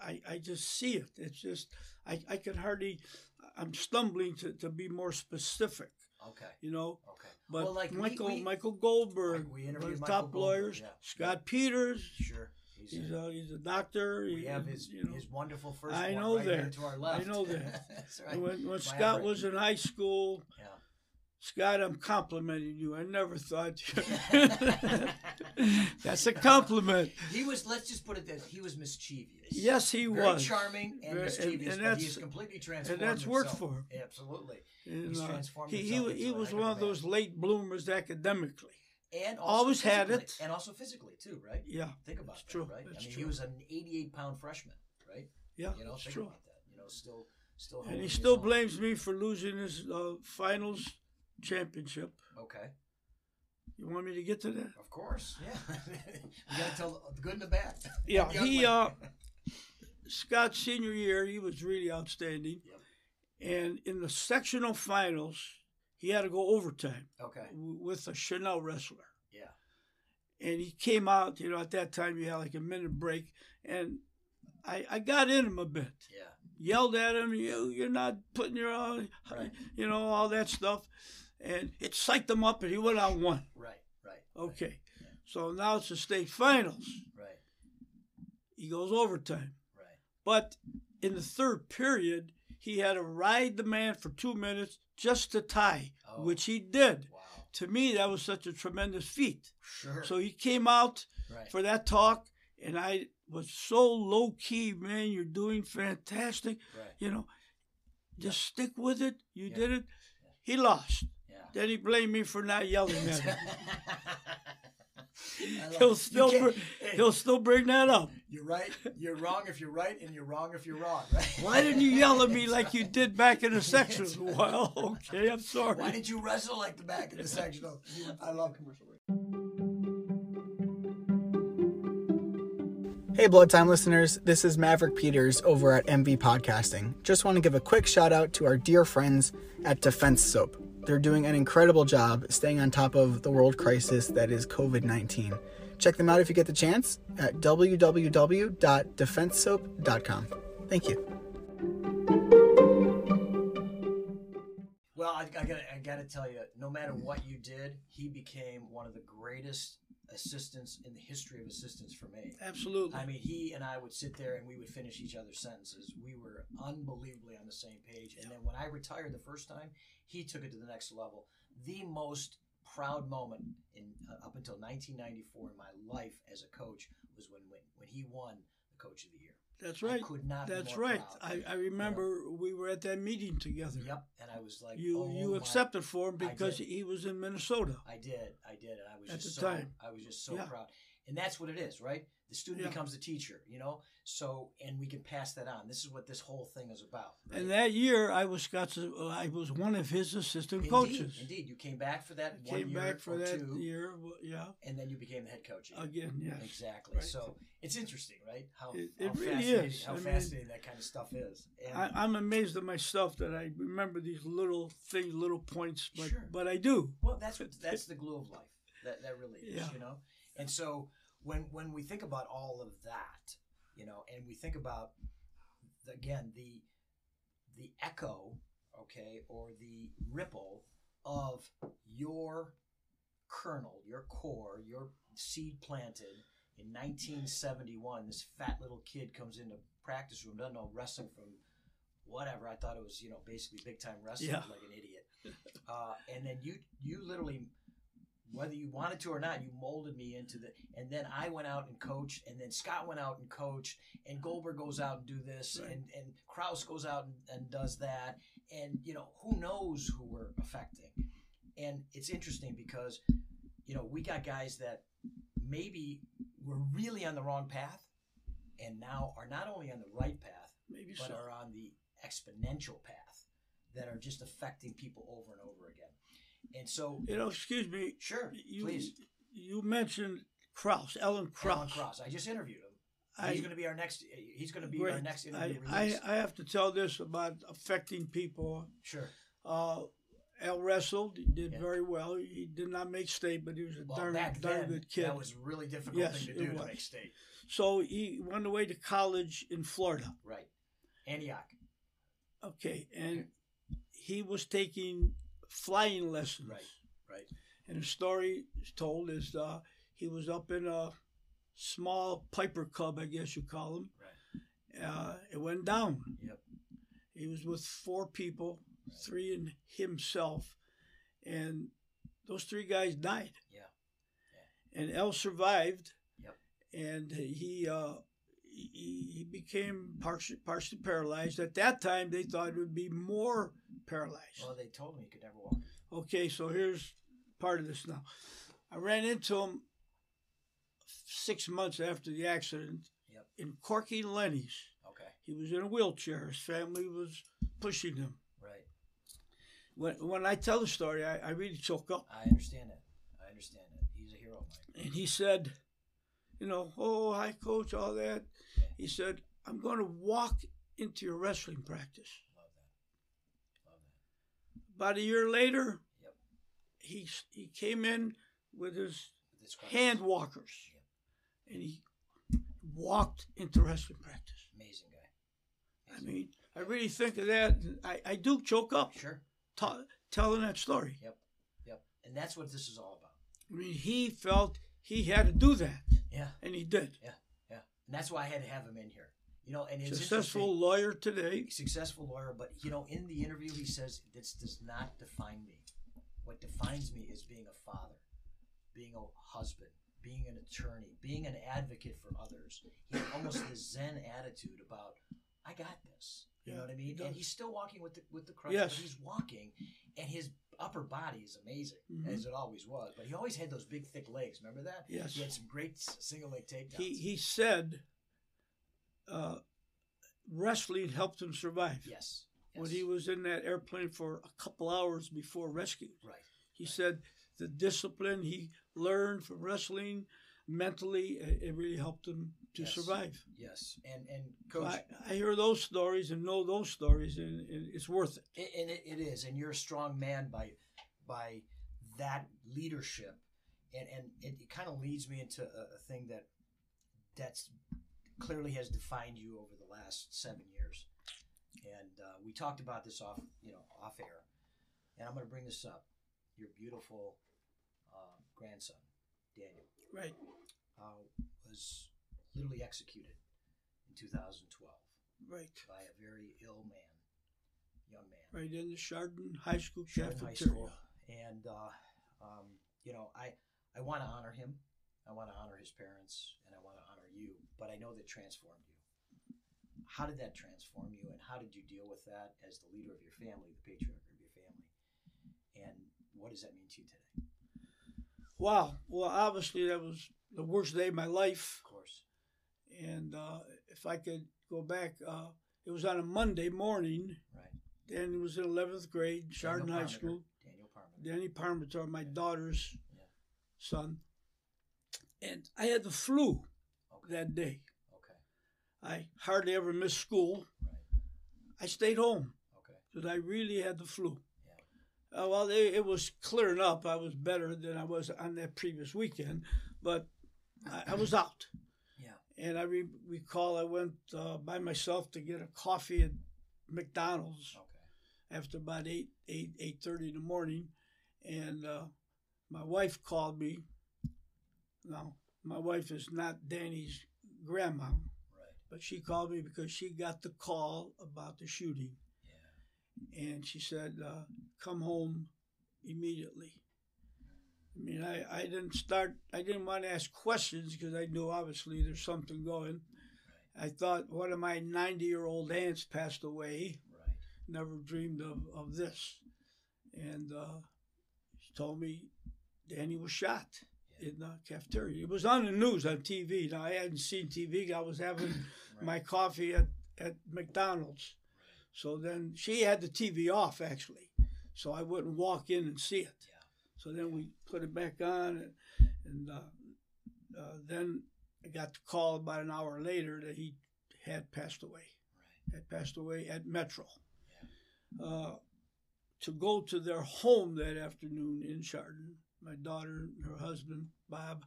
Speaker 2: I, I just see it. It's just I, I can hardly I'm stumbling to, to be more specific,
Speaker 1: Okay.
Speaker 2: you know.
Speaker 1: Okay.
Speaker 2: But
Speaker 1: Well, like, we-
Speaker 2: Michael
Speaker 1: we-
Speaker 2: Michael Goldberg,
Speaker 1: Like, we
Speaker 2: one of
Speaker 1: interviewed
Speaker 2: the
Speaker 1: Michael
Speaker 2: top
Speaker 1: Goldberg,
Speaker 2: lawyers,
Speaker 1: yeah.
Speaker 2: Scott Peters,
Speaker 1: Sure. He's,
Speaker 2: he's
Speaker 1: uh,
Speaker 2: a, he's a doctor.
Speaker 1: we
Speaker 2: he-
Speaker 1: have his,
Speaker 2: you know.
Speaker 1: his wonderful first
Speaker 2: I
Speaker 1: one
Speaker 2: know
Speaker 1: right here
Speaker 2: that.
Speaker 1: to our left.
Speaker 2: know that.
Speaker 1: That's right.
Speaker 2: And when when
Speaker 1: My
Speaker 2: Scott
Speaker 1: Everett.
Speaker 2: was in high school,
Speaker 1: Yeah.
Speaker 2: Scott, I'm complimenting you. I never thought you. That's a compliment.
Speaker 1: He was, let's just put it this, he was mischievous.
Speaker 2: Yes, he
Speaker 1: Very
Speaker 2: was.
Speaker 1: charming and
Speaker 2: Very-
Speaker 1: mischievous,
Speaker 2: and
Speaker 1: but
Speaker 2: that's-
Speaker 1: he has completely transformed
Speaker 2: that's worked
Speaker 1: himself.
Speaker 2: for him.
Speaker 1: Absolutely.
Speaker 2: And,
Speaker 1: He's
Speaker 2: uh,
Speaker 1: transformed
Speaker 2: he he,
Speaker 1: himself
Speaker 2: wa- he
Speaker 1: into a
Speaker 2: was
Speaker 1: heck of
Speaker 2: one
Speaker 1: a
Speaker 2: of those
Speaker 1: man.
Speaker 2: late bloomers academically.
Speaker 1: And also
Speaker 2: Always had
Speaker 1: physically-
Speaker 2: it.
Speaker 1: And also physically, too, right?
Speaker 2: Yeah,
Speaker 1: Think about
Speaker 2: It's
Speaker 1: that,
Speaker 2: true.
Speaker 1: right? I
Speaker 2: It's
Speaker 1: mean, he
Speaker 2: true.
Speaker 1: was an 88 pound freshman, right?
Speaker 2: yeah,
Speaker 1: You know,
Speaker 2: it's
Speaker 1: think
Speaker 2: true.
Speaker 1: about that. You know, still, still.
Speaker 2: And
Speaker 1: holding
Speaker 2: he
Speaker 1: his
Speaker 2: still
Speaker 1: own.
Speaker 2: blames me for losing his uh, finals championship.
Speaker 1: Okay.
Speaker 2: You want me to get to that?
Speaker 1: Of course. Yeah. you got to tell the good and the bad.
Speaker 2: Yeah,
Speaker 1: The ugly.
Speaker 2: he uh, Scott's senior year, he was really outstanding.
Speaker 1: Yep.
Speaker 2: And in the sectional finals, he had to go overtime
Speaker 1: Okay.
Speaker 2: w- with a Chanel wrestler.
Speaker 1: Yeah.
Speaker 2: And he came out, you know, at that time you had like a minute break. And I, I got in him a bit,
Speaker 1: Yeah.
Speaker 2: yelled at him, you, you're not putting your, all,
Speaker 1: Right.
Speaker 2: you know, all that stuff. And it psyched him up and he went on one.
Speaker 1: Right. Right.
Speaker 2: Okay. So now it's the state finals.
Speaker 1: Right.
Speaker 2: He goes overtime.
Speaker 1: Right.
Speaker 2: But in the third period, he had to ride the man for two minutes just to tie,
Speaker 1: Oh.
Speaker 2: which he did.
Speaker 1: Wow.
Speaker 2: To me, that was such a tremendous feat.
Speaker 1: Sure.
Speaker 2: So he came out
Speaker 1: right.
Speaker 2: for that talk, and I was so low key, man, you're doing fantastic.
Speaker 1: right.
Speaker 2: You know, just stick with it. You
Speaker 1: Yeah.
Speaker 2: did it. He lost.
Speaker 1: Yeah.
Speaker 2: Then he blamed me for not yelling at him.
Speaker 1: I love
Speaker 2: He'll
Speaker 1: it. You
Speaker 2: still
Speaker 1: can't-
Speaker 2: br-
Speaker 1: hey,
Speaker 2: He'll still bring that up.
Speaker 1: You're right. You're wrong if you're right, and you're wrong if you're wrong. Right?
Speaker 2: Why didn't you yell at me like you did back in the section? Well, okay, I'm sorry.
Speaker 1: Why did you wrestle like the back of the sectional? I love commercial break.
Speaker 3: Hey, Blood Time listeners, this is Maverick Peters over at MV Podcasting. Just want to give a quick shout out to our dear friends at Defense Soap. They're doing an incredible job staying on top of the world crisis that is COVID 19. Check them out if you get the chance at www.defensesoap.com. Thank you.
Speaker 1: Well, I, I gotta, I gotta tell you, no matter what you did, he became one of the greatest assistants in the history of assistants for me.
Speaker 2: Absolutely.
Speaker 1: I mean, he and I would sit there and we would finish each other's sentences. We were unbelievably on the same page. And then when I retired the first time, he took it to the next level. The most proud moment in uh, up until 1994 in my life as a coach was when when, when he won the coach of the year.
Speaker 2: That's
Speaker 1: I
Speaker 2: right.
Speaker 1: could not be
Speaker 2: That's
Speaker 1: more
Speaker 2: right.
Speaker 1: proud.
Speaker 2: I, I remember we were at that meeting together.
Speaker 1: Yep, and I was like,
Speaker 2: You
Speaker 1: oh
Speaker 2: you
Speaker 1: my-
Speaker 2: accepted for him
Speaker 1: I
Speaker 2: because
Speaker 1: did.
Speaker 2: he was in Minnesota.
Speaker 1: I did, I did, and I was
Speaker 2: At
Speaker 1: just
Speaker 2: the
Speaker 1: so
Speaker 2: time.
Speaker 1: I was just so
Speaker 2: Yeah.
Speaker 1: proud. And that's what it is, right? The student
Speaker 2: Yeah.
Speaker 1: becomes the teacher, you know. So, and we can pass that on. This is what this whole thing is about. right?
Speaker 2: And that year I was Scott's uh, I was one of his assistant
Speaker 1: Indeed,
Speaker 2: coaches.
Speaker 1: Indeed, you came back for that
Speaker 2: I
Speaker 1: one
Speaker 2: Came
Speaker 1: year
Speaker 2: back for
Speaker 1: or
Speaker 2: that
Speaker 1: two,
Speaker 2: year. well, Yeah.
Speaker 1: and then you became the head coach. again.
Speaker 2: Again, yes.
Speaker 1: Exactly.
Speaker 2: Right.
Speaker 1: So it's interesting, right? How,
Speaker 2: It-
Speaker 1: how
Speaker 2: it really
Speaker 1: fascinating,
Speaker 2: is.
Speaker 1: How
Speaker 2: I mean-
Speaker 1: fascinating that kind of stuff is. And
Speaker 2: I, I'm amazed at myself that I remember these little things, little points, but
Speaker 1: Sure.
Speaker 2: but I do.
Speaker 1: well, that's what that's the glue of life. That that really is,
Speaker 2: Yeah.
Speaker 1: you know. And so when when we think about all of that, you know, and we think about again the the echo, okay, or the ripple of your kernel, your core, your seed planted in 1971. This fat little kid comes into practice room, doesn't know wrestling from whatever. I thought it was, you know, basically big time wrestling,
Speaker 2: Yeah.
Speaker 1: like an idiot. Uh, and then you you literally, whether you wanted to or not, you molded me into the. And then I went out and coached, and then Scott went out and coached, and Goldberg goes out and do this,
Speaker 2: Right.
Speaker 1: and and Kraus goes out and, and does that, and you know who knows who we're affecting. And it's interesting because, you know, we got guys that maybe were really on the wrong path and now are not only on the right path,
Speaker 2: Maybe
Speaker 1: but uh,
Speaker 2: so.
Speaker 1: are on the exponential path that are just affecting people over and over again. And so,
Speaker 2: You know, excuse me.
Speaker 1: sure,
Speaker 2: You
Speaker 1: please,
Speaker 2: you mentioned Kraus, Ellen Kraus.
Speaker 1: Alan Cross. I just interviewed him.
Speaker 2: I-
Speaker 1: he's going to be our next. He's going to be our
Speaker 2: Great.
Speaker 1: next
Speaker 2: I,
Speaker 1: interview
Speaker 2: I,
Speaker 1: release.
Speaker 2: I have to tell this about affecting people.
Speaker 1: sure.
Speaker 2: Uh, Al wrestled, he did
Speaker 1: Yeah.
Speaker 2: very well. He did not make state, but he was a
Speaker 1: Well,
Speaker 2: darn,
Speaker 1: back
Speaker 2: darn
Speaker 1: then,
Speaker 2: good kid.
Speaker 1: that was a really difficult
Speaker 2: Yes,
Speaker 1: thing
Speaker 2: it
Speaker 1: to do to
Speaker 2: was.
Speaker 1: make state.
Speaker 2: so he went away to college in Florida.
Speaker 1: Right. Antioch.
Speaker 2: Okay, and he was taking flying lessons.
Speaker 1: Right, right.
Speaker 2: And the story is told is uh, he was up in a small Piper Cub, I guess you call him. Right. Uh, it went down.
Speaker 1: Yep.
Speaker 2: He was with four people, three and himself, and those three guys died.
Speaker 1: Yeah.
Speaker 2: And El survived.
Speaker 1: Yep.
Speaker 2: And he uh, he, he became partially, partially paralyzed. At that time, they thought it would be more paralyzed.
Speaker 1: Well, they told me he could never walk.
Speaker 2: Okay, so here's part of this now. I ran into him six months after the accident
Speaker 1: Yep.
Speaker 2: in Corky Lenny's.
Speaker 1: Okay.
Speaker 2: He was in a wheelchair. His family was pushing him.
Speaker 1: Right.
Speaker 2: when, when I tell the story, I, I really choke up.
Speaker 1: I understand it. I understand it. He's a hero, Mike.
Speaker 2: And he said, you know, oh, hi, coach, all that. He said, I'm going to walk into your wrestling practice.
Speaker 1: Love that. Love that.
Speaker 2: About a year later,
Speaker 1: Yep.
Speaker 2: he, he came in with his
Speaker 1: This crowd is
Speaker 2: hand walkers and he walked into wrestling practice.
Speaker 1: amazing guy.
Speaker 2: I mean, I really think of that. and I, I do choke up
Speaker 1: Sure.
Speaker 2: t- telling that story.
Speaker 1: Yep. Yep. And that's what this is all about.
Speaker 2: I mean, he felt he had to do that,
Speaker 1: Yeah.
Speaker 2: and he did.
Speaker 1: Yeah. And that's why I had to have him in here. You know, and it's
Speaker 2: Successful
Speaker 1: interesting.
Speaker 2: lawyer today.
Speaker 1: successful lawyer, but you know, in the interview he says this does not define me. What defines me is being a father, being a husband, being an attorney, being an advocate for others. He had almost this Zen attitude about I got this. You know
Speaker 2: Yeah,
Speaker 1: what I mean?
Speaker 2: he
Speaker 1: And
Speaker 2: does.
Speaker 1: he's still walking with the with the crutch,
Speaker 2: Yes.
Speaker 1: but he's walking and his upper body is amazing,
Speaker 2: Mhm.
Speaker 1: as it always was. But he always had those big thick legs, remember that?
Speaker 2: Yes.
Speaker 1: He had some great s- single leg takedowns.
Speaker 2: He he said, uh, wrestling helped him survive.
Speaker 1: yes.
Speaker 2: When
Speaker 1: yes.
Speaker 2: he was in that airplane for a couple hours before rescue,
Speaker 1: right.
Speaker 2: he said the discipline he learned from wrestling, mentally, it, it really helped him to
Speaker 1: Yes.
Speaker 2: survive.
Speaker 1: Yes. And and
Speaker 2: So
Speaker 1: coach
Speaker 2: I, I hear those stories and know those stories, and, and it's worth it.
Speaker 1: It, and it, it is, and you're a strong man by by that leadership, and and it, it kind of leads me into a, a thing that that's clearly has defined you over the last seven years. And uh, we talked about this off, you know, off air, and I'm going to bring this up. Your beautiful uh, grandson, Daniel,
Speaker 2: Right.
Speaker 1: uh, was literally executed in 2012
Speaker 2: Right.
Speaker 1: by a very ill man, young man.
Speaker 2: Right in the Chardon High School
Speaker 1: Sharon
Speaker 2: cafeteria.
Speaker 1: High School, and uh, um, you know, I I want to honor him. I want to honor his parents, and I want to honor you. But I know that transformed you. How did that transform you, and how did you deal with that as the leader of your family, the patriarch of your family, and what does that mean to you today?
Speaker 2: Wow. Well, obviously that was the worst day of my life,
Speaker 1: Of course,
Speaker 2: and uh, if I could go back, uh, it was on a Monday morning.
Speaker 1: right?
Speaker 2: Danny was in eleventh grade, Chardon
Speaker 1: Daniel
Speaker 2: High
Speaker 1: Parmiter.
Speaker 2: School.
Speaker 1: Daniel Parmenter.
Speaker 2: Danny Parmitar, my daughter's
Speaker 1: Yeah.
Speaker 2: son, and I had the flu
Speaker 1: Okay.
Speaker 2: that day.
Speaker 1: Okay.
Speaker 2: I hardly ever missed school.
Speaker 1: Right.
Speaker 2: I stayed home.
Speaker 1: Okay.
Speaker 2: that I really had the flu. Uh, well, it, it was clearing up. I was better than I was on that previous weekend, but I, I was out.
Speaker 1: Yeah.
Speaker 2: And I re- recall I went uh, by myself to get a coffee at McDonald's
Speaker 1: Okay.
Speaker 2: after about eight eight eight thirty in the morning, and uh, my wife called me. Now, my wife is not Danny's grandma,
Speaker 1: Right.
Speaker 2: but she called me because she got the call about the shooting
Speaker 1: Yeah.
Speaker 2: and she said, uh, "Come home immediately." I mean, I, I didn't start. I didn't want to ask questions because I knew obviously there's something going. I thought one of my 90 year old aunts passed away.
Speaker 1: Right.
Speaker 2: Never dreamed of of this, and uh, she told me Danny was shot in the cafeteria. It was on the news on TV. Now I hadn't seen TV. I was having
Speaker 1: Right.
Speaker 2: my coffee at, at McDonald's. So then she had the TV off actually, so I wouldn't walk in and see it.
Speaker 1: Yeah.
Speaker 2: So then we put it back on, and, and uh, uh, then I got the call about an hour later that he had passed away.
Speaker 1: Right.
Speaker 2: Had passed away at Metro. Uh, to go to their home that afternoon in Chardon, my daughter, and her husband Bob,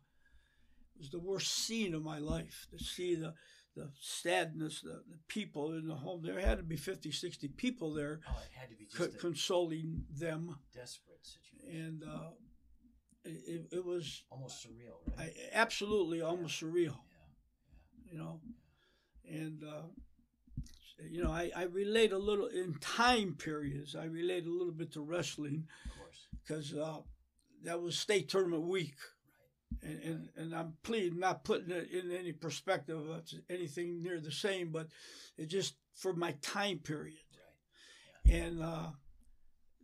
Speaker 2: it was the worst scene of my life. To see the the sadness, the, the people in the home. There had to be 50, 60 people there
Speaker 1: Oh, it had to be just
Speaker 2: co-
Speaker 1: a
Speaker 2: consoling them
Speaker 1: desperate situation.
Speaker 2: and uh, it, it was
Speaker 1: Almost surreal, right?
Speaker 2: I, absolutely almost surreal,
Speaker 1: yeah.
Speaker 2: you know. And uh, you know, I, I relate a little in time periods. I relate a little bit to wrestling
Speaker 1: Of course.
Speaker 2: because uh, that was state tournament week, and, and and I'm pleading not putting it in any perspective of anything near the same, but it just for my time period.
Speaker 1: Right.
Speaker 2: And uh,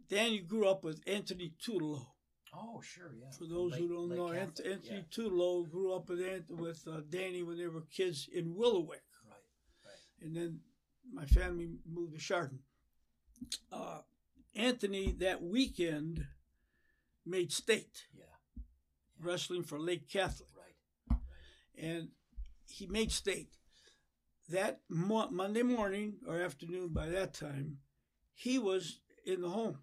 Speaker 2: Danny grew up with Anthony Tutelo.
Speaker 1: Oh, sure, yeah.
Speaker 2: For those who
Speaker 1: Lake-
Speaker 2: don't
Speaker 1: Lake
Speaker 2: know, Ant-
Speaker 1: Catholic,
Speaker 2: Anthony
Speaker 1: yeah.
Speaker 2: Tutelo grew up with Ant- with uh, Danny when they were kids in Willowick,
Speaker 1: Right.
Speaker 2: and then my family moved to Chardon. Uh, Anthony that weekend made state
Speaker 1: Yeah.
Speaker 2: wrestling for Lake Catholic,
Speaker 1: Right.
Speaker 2: and he made state. That mo- Monday morning or afternoon, by that time, he was in the home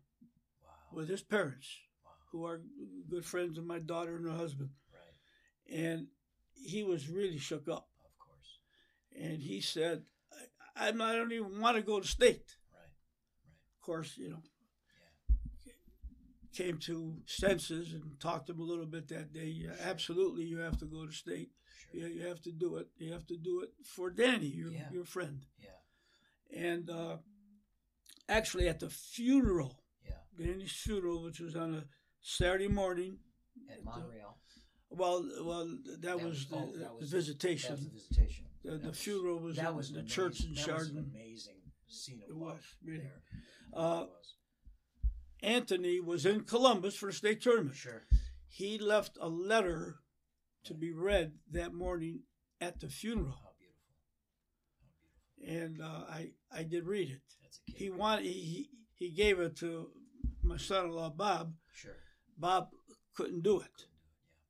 Speaker 1: Wow.
Speaker 2: with his parents,
Speaker 1: Wow.
Speaker 2: who are good friends of my daughter and her husband,
Speaker 1: Right.
Speaker 2: and he was really shook up.
Speaker 1: Of course.
Speaker 2: And he said, I, I'm not- I don't even want to go to state.
Speaker 1: Right.
Speaker 2: Of course, you know, came to senses and talked to him a little bit that day. Yeah, absolutely, you have to go to state.
Speaker 1: Sure.
Speaker 2: Yeah, you have to do it. You have to do it for Danny, your,
Speaker 1: Yeah.
Speaker 2: your friend.
Speaker 1: Yeah.
Speaker 2: And uh, actually, at the funeral,
Speaker 1: Yeah.
Speaker 2: Danny's funeral, which was on a Saturday morning,
Speaker 1: At Montreal.
Speaker 2: well, well, that, was, the, uh,
Speaker 1: oh, that was the-
Speaker 2: the visitation.
Speaker 1: That was the visitation.
Speaker 2: the,
Speaker 1: That
Speaker 2: the
Speaker 1: was-
Speaker 2: funeral was,
Speaker 1: that
Speaker 2: in
Speaker 1: was an
Speaker 2: the
Speaker 1: amazing,
Speaker 2: church in
Speaker 1: that was an
Speaker 2: Chardon.
Speaker 1: amazing scene of
Speaker 2: It
Speaker 1: love
Speaker 2: was, really.
Speaker 1: there.
Speaker 2: Uh,
Speaker 1: It was.
Speaker 2: Anthony was in Columbus for the state tournament.
Speaker 1: Sure.
Speaker 2: He left a letter to be read that morning at the funeral,
Speaker 1: How beautiful. How beautiful.
Speaker 2: and uh, I I did read it.
Speaker 1: That's a kid.
Speaker 2: He wanted he he he gave it to my son-in-law Bob.
Speaker 1: sure.
Speaker 2: Bob couldn't
Speaker 1: Couldn't do
Speaker 2: do it,
Speaker 1: it.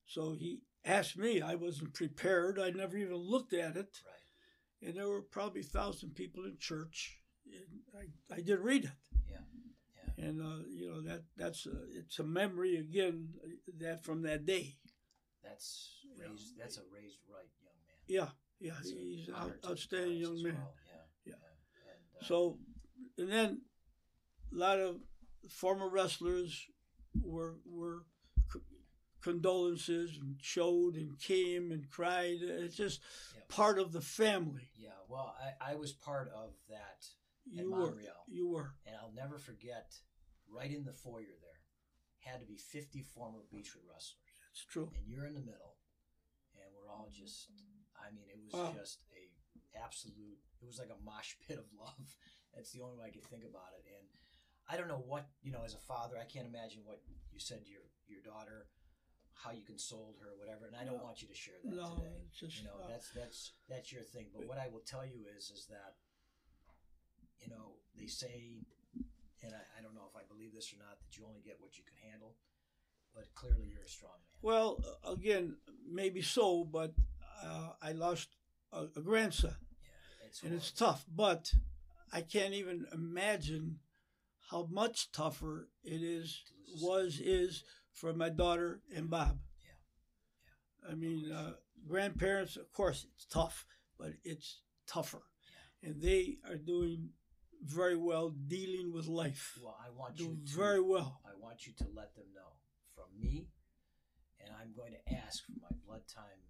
Speaker 2: so he asked me. I wasn't prepared. I never even looked at it,
Speaker 1: Yeah. Right.
Speaker 2: and there were probably thousand people in church. And I I did read it.
Speaker 1: Yeah.
Speaker 2: and uh, you know that that's a, it's a memory again uh, that from that day.
Speaker 1: That's raised. That's a raised right young man.
Speaker 2: Yeah, yeah,
Speaker 1: That's a
Speaker 2: he's an
Speaker 1: honor to the
Speaker 2: outstanding
Speaker 1: parents
Speaker 2: young
Speaker 1: as
Speaker 2: man.
Speaker 1: well. Yeah.
Speaker 2: Yeah.
Speaker 1: yeah. And, uh,
Speaker 2: So, and then a lot of former wrestlers were were c- condolences and showed and came and cried. It's just
Speaker 1: Yeah.
Speaker 2: part of the family.
Speaker 1: yeah. Well, I, I was part of that, At
Speaker 2: You were,
Speaker 1: Montreal.
Speaker 2: you were.
Speaker 1: and I'll never forget. Right in the foyer there, had to be 50 former Beechwood wrestlers.
Speaker 2: It's true.
Speaker 1: and you're in the middle, and we're all just. I mean, it was
Speaker 2: Wow.
Speaker 1: just a absolute. It was like a mosh pit of love. That's the only way I could think about it. And I don't know what you know as a father. I can't imagine what you said to your your daughter, how you consoled her, whatever. And I don't
Speaker 2: No.
Speaker 1: want you to share that
Speaker 2: No,
Speaker 1: today.
Speaker 2: it's just
Speaker 1: You know,
Speaker 2: uh,
Speaker 1: that's that's that's your thing. But what I will tell you is is that you know they say, and I, I don't know if I believe this or not, that you only get what you can handle. But clearly, you're a strong man.
Speaker 2: well. Again, maybe so, but uh, I lost a, a grandson.
Speaker 1: Yeah, it's
Speaker 2: and it's
Speaker 1: horrible.
Speaker 2: tough. But I can't even imagine how much tougher it is, was, is for my daughter and Bob.
Speaker 1: Yeah.
Speaker 2: I mean, uh, grandparents, of course, it's tough, but it's tougher, and they are doing very well dealing with life.
Speaker 1: Well, I want you
Speaker 2: Doing
Speaker 1: to,
Speaker 2: very well.
Speaker 1: I want you to let them know from me, and I'm going to ask for my blood time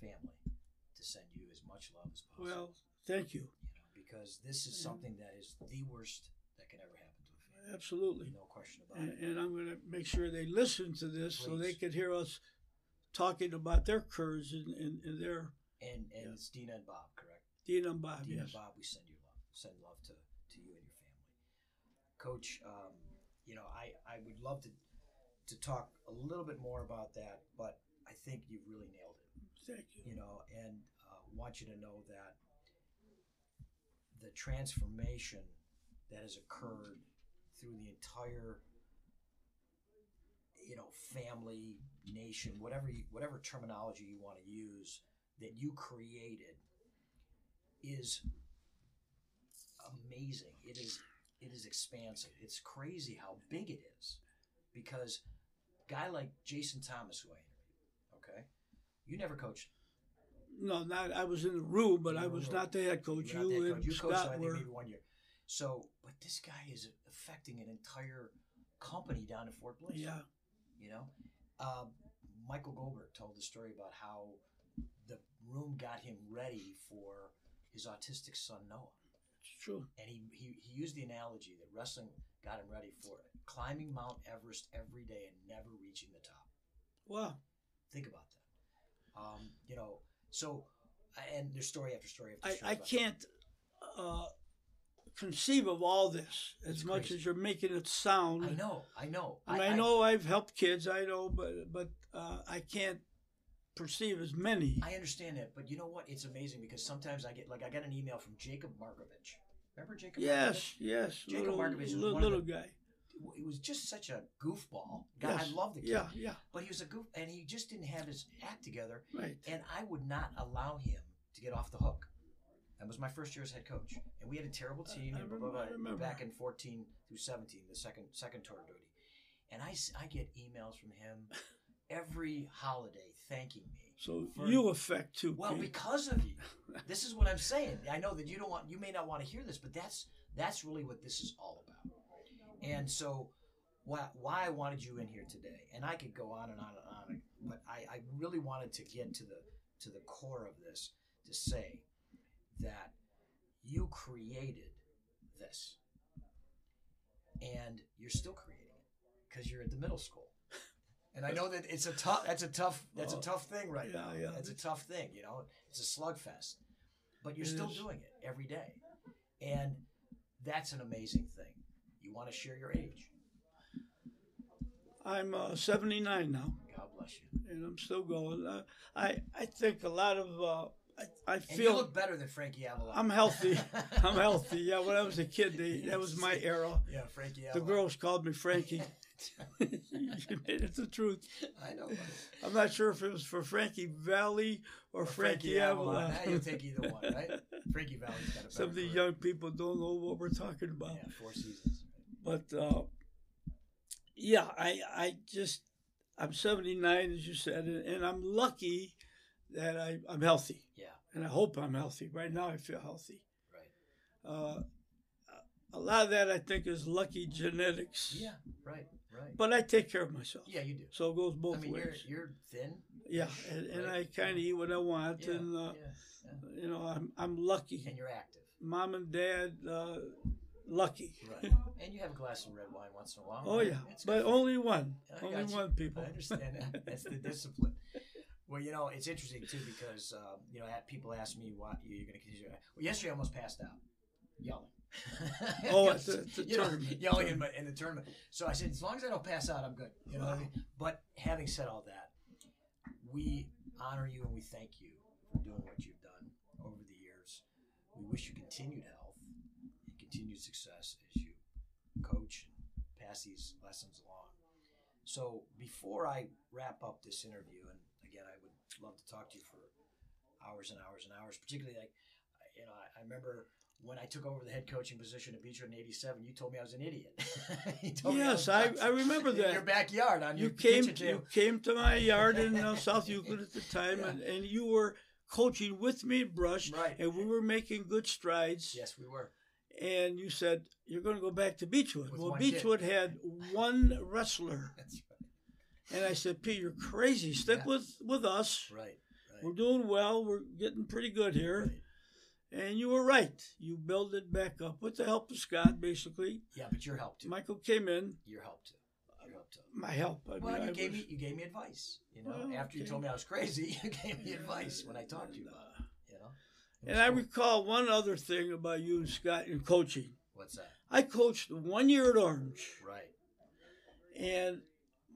Speaker 1: family to send you as much love as possible.
Speaker 2: Well, thank you.
Speaker 1: you know, because this is something that is the worst that can ever happen to a family.
Speaker 2: Absolutely.
Speaker 1: No question about
Speaker 2: And,
Speaker 1: it.
Speaker 2: and I'm going to make sure they listen to this so they
Speaker 1: Please.
Speaker 2: can hear us talking about their courage and, and, and their
Speaker 1: And and
Speaker 2: Yeah.
Speaker 1: it's Dina and Bob, correct?
Speaker 2: Dean and Bob.
Speaker 1: Dina
Speaker 2: yes.
Speaker 1: and Bob, we send you love. Send love to, to you and your family. Coach, um, you know, I, I would love to to talk a little bit more about that, but I think you've really nailed it.
Speaker 2: Thank you.
Speaker 1: you know, and uh, want you to know that the transformation that has occurred through the entire, you know, family, nation, whatever you, whatever terminology you want to use, that you created is amazing. It is it is expansive. It's crazy how big it is, because guy like Jason Thomas, who I interviewed, okay, you never coached.
Speaker 2: No, not I was in the room, but
Speaker 1: You
Speaker 2: I
Speaker 1: were
Speaker 2: was
Speaker 1: in the
Speaker 2: not the head coach.
Speaker 1: You
Speaker 2: You,
Speaker 1: were not the head
Speaker 2: and
Speaker 1: coach. You coached, I
Speaker 2: Scott
Speaker 1: think,
Speaker 2: were.
Speaker 1: maybe one year. So, but this guy is affecting an entire company down in Fort Bliss.
Speaker 2: Yeah,
Speaker 1: You know, um, Michael Goldberg told the story about how the room got him ready for his autistic son Noah,
Speaker 2: it's true.
Speaker 1: and he he, he used the analogy that wrestling got him ready for climbing Mount Everest every day and never reaching the top.
Speaker 2: Wow.
Speaker 1: Think about that. Um, you know, so and there's story after story after
Speaker 2: I,
Speaker 1: story.
Speaker 2: I
Speaker 1: about-
Speaker 2: can't uh, conceive of all this as
Speaker 1: It's
Speaker 2: much
Speaker 1: crazy.
Speaker 2: as you're making it sound.
Speaker 1: I know, I know,
Speaker 2: I, mean, I know I've helped kids. I know, but but uh, I can't perceive as many.
Speaker 1: I understand that, but you know what? It's amazing because sometimes I get like I got an email from Jacob Markovich. Remember Jacob?
Speaker 2: yes, yes.
Speaker 1: Jacob
Speaker 2: little
Speaker 1: Markovich was
Speaker 2: little,
Speaker 1: one of
Speaker 2: little
Speaker 1: the-
Speaker 2: guy.
Speaker 1: he was just such a goofball. God, I
Speaker 2: Yes.
Speaker 1: love the kid,
Speaker 2: Yeah, yeah,
Speaker 1: but he was a goof, and he just didn't have his act together.
Speaker 2: right.
Speaker 1: And I would not allow him to get off the hook. That was my first year as head coach, and we had a terrible
Speaker 2: I-
Speaker 1: team.
Speaker 2: I
Speaker 1: and blah, blah,
Speaker 2: remember- I
Speaker 1: blah,
Speaker 2: remember.
Speaker 1: back in fourteen through seventeen, the second second tour of duty, and I, s- I get emails from him every holiday thanking me.
Speaker 2: So
Speaker 1: For-
Speaker 2: you affect too.
Speaker 1: Well,
Speaker 2: Pete.
Speaker 1: because of you. This is what I'm saying. I know that you don't want you may not want to hear this, but that's that's really what this is all about. And so why why I wanted you in here today, and I could go on and on and on, but I, I really wanted to get to the to the core of this to say that you created this. And you're still creating it because you're at the middle school. And I know that it's a tough that's a tough that's a
Speaker 2: Oh,
Speaker 1: tough thing right
Speaker 2: yeah,
Speaker 1: now.
Speaker 2: yeah.
Speaker 1: That's a tough thing, you know. It's a slugfest. But you're
Speaker 2: It
Speaker 1: still
Speaker 2: is.
Speaker 1: doing it every day. And that's an amazing thing. You want to share your age.
Speaker 2: I'm uh, 79 now,
Speaker 1: God bless you.
Speaker 2: and I'm still going. Uh, I I think a lot of uh, I, I
Speaker 1: And you
Speaker 2: feel
Speaker 1: look better than Frankie Avalon.
Speaker 2: I'm healthy. I'm healthy. Yeah, when I was a kid, they, that was my era.
Speaker 1: Yeah, Frankie
Speaker 2: The
Speaker 1: Avalon.
Speaker 2: girls called me Frankie. it's the truth.
Speaker 1: I know.
Speaker 2: I'm not sure if it was for Frankie Valley or, Frankie, Avalon.
Speaker 1: Now you take either one, right? Frankie Valley's got a better
Speaker 2: Some of the
Speaker 1: career.
Speaker 2: young people don't know what we're talking about.
Speaker 1: Yeah, four seasons.
Speaker 2: But uh, yeah, I I just I'm 79 as you said, and, and I'm lucky that I, I'm healthy,
Speaker 1: Yeah,
Speaker 2: and I hope I'm healthy. Right now, I feel healthy.
Speaker 1: right.
Speaker 2: Uh, a lot of that I think is lucky genetics.
Speaker 1: Yeah, right, right.
Speaker 2: But I take care of myself.
Speaker 1: yeah, you do.
Speaker 2: So it goes both
Speaker 1: I mean, you're,
Speaker 2: ways.
Speaker 1: you're thin.
Speaker 2: yeah, and, and
Speaker 1: right.
Speaker 2: I kind of eat what I want,
Speaker 1: Yeah,
Speaker 2: and uh,
Speaker 1: yeah.
Speaker 2: you know I'm I'm lucky.
Speaker 1: And you're active.
Speaker 2: Mom and Dad, uh, lucky.
Speaker 1: Right. and you have a glass of red wine once in a while.
Speaker 2: Oh
Speaker 1: right?
Speaker 2: yeah,
Speaker 1: It's
Speaker 2: but
Speaker 1: good.
Speaker 2: only one,
Speaker 1: I got
Speaker 2: only
Speaker 1: you.
Speaker 2: one people.
Speaker 1: I understand that. That's the discipline. Well, you know, it's interesting too because um, you know at- people ask me why you're going to continue. Well, yesterday I almost passed out yelling.
Speaker 2: Oh, it's a- it's a
Speaker 1: You know,
Speaker 2: tournament.
Speaker 1: yelling in, my, in the tournament. So I said, as long as I don't pass out, I'm good. You know what I mean? But having said all that, we honor you and we thank you for doing what you've done over the years. We wish you continued health and continued success as you coach and pass these lessons along. So before I wrap up this interview, and again, I would love to talk to you for hours and hours and hours, particularly like, you know, I, I remember when I took over the head coaching position at Beecher in 87, you told me I was an idiot. You told me
Speaker 2: Yes,
Speaker 1: was
Speaker 2: I,
Speaker 1: nuts.
Speaker 2: I remember
Speaker 1: In your
Speaker 2: that.
Speaker 1: backyard on
Speaker 2: You
Speaker 1: your
Speaker 2: came
Speaker 1: kitchen table.
Speaker 2: you came to my yard in uh, South Euclid at the time,
Speaker 1: Yeah.
Speaker 2: and, and you were coaching with me at Brush,
Speaker 1: Right.
Speaker 2: and we were making good strides.
Speaker 1: Yes, we were.
Speaker 2: And you said you're going to go back to Beechwood.
Speaker 1: With
Speaker 2: well,
Speaker 1: one kid.
Speaker 2: Beechwood had one wrestler,
Speaker 1: That's
Speaker 2: and I said, "Pete, you're crazy. Stick
Speaker 1: Yeah.
Speaker 2: with with us.
Speaker 1: right. Right. Right.
Speaker 2: We're doing well. We're getting pretty good here."
Speaker 1: Right.
Speaker 2: And you were right. You built it back up with the help of Scott, basically.
Speaker 1: Yeah, but your help too.
Speaker 2: Michael came in.
Speaker 1: your help too. Your help too.
Speaker 2: My help. I
Speaker 1: Well,
Speaker 2: mean,
Speaker 1: you
Speaker 2: I
Speaker 1: gave
Speaker 2: was-
Speaker 1: me you gave me advice. You know,
Speaker 2: Well,
Speaker 1: after you
Speaker 2: okay.
Speaker 1: told me I was crazy, you gave me advice when I talked to you about
Speaker 2: it.
Speaker 1: it. You know. It
Speaker 2: And
Speaker 1: was
Speaker 2: I
Speaker 1: cool.
Speaker 2: recall one other thing about you and Scott in coaching.
Speaker 1: what's that?
Speaker 2: I coached one year at Orange,
Speaker 1: Right.
Speaker 2: and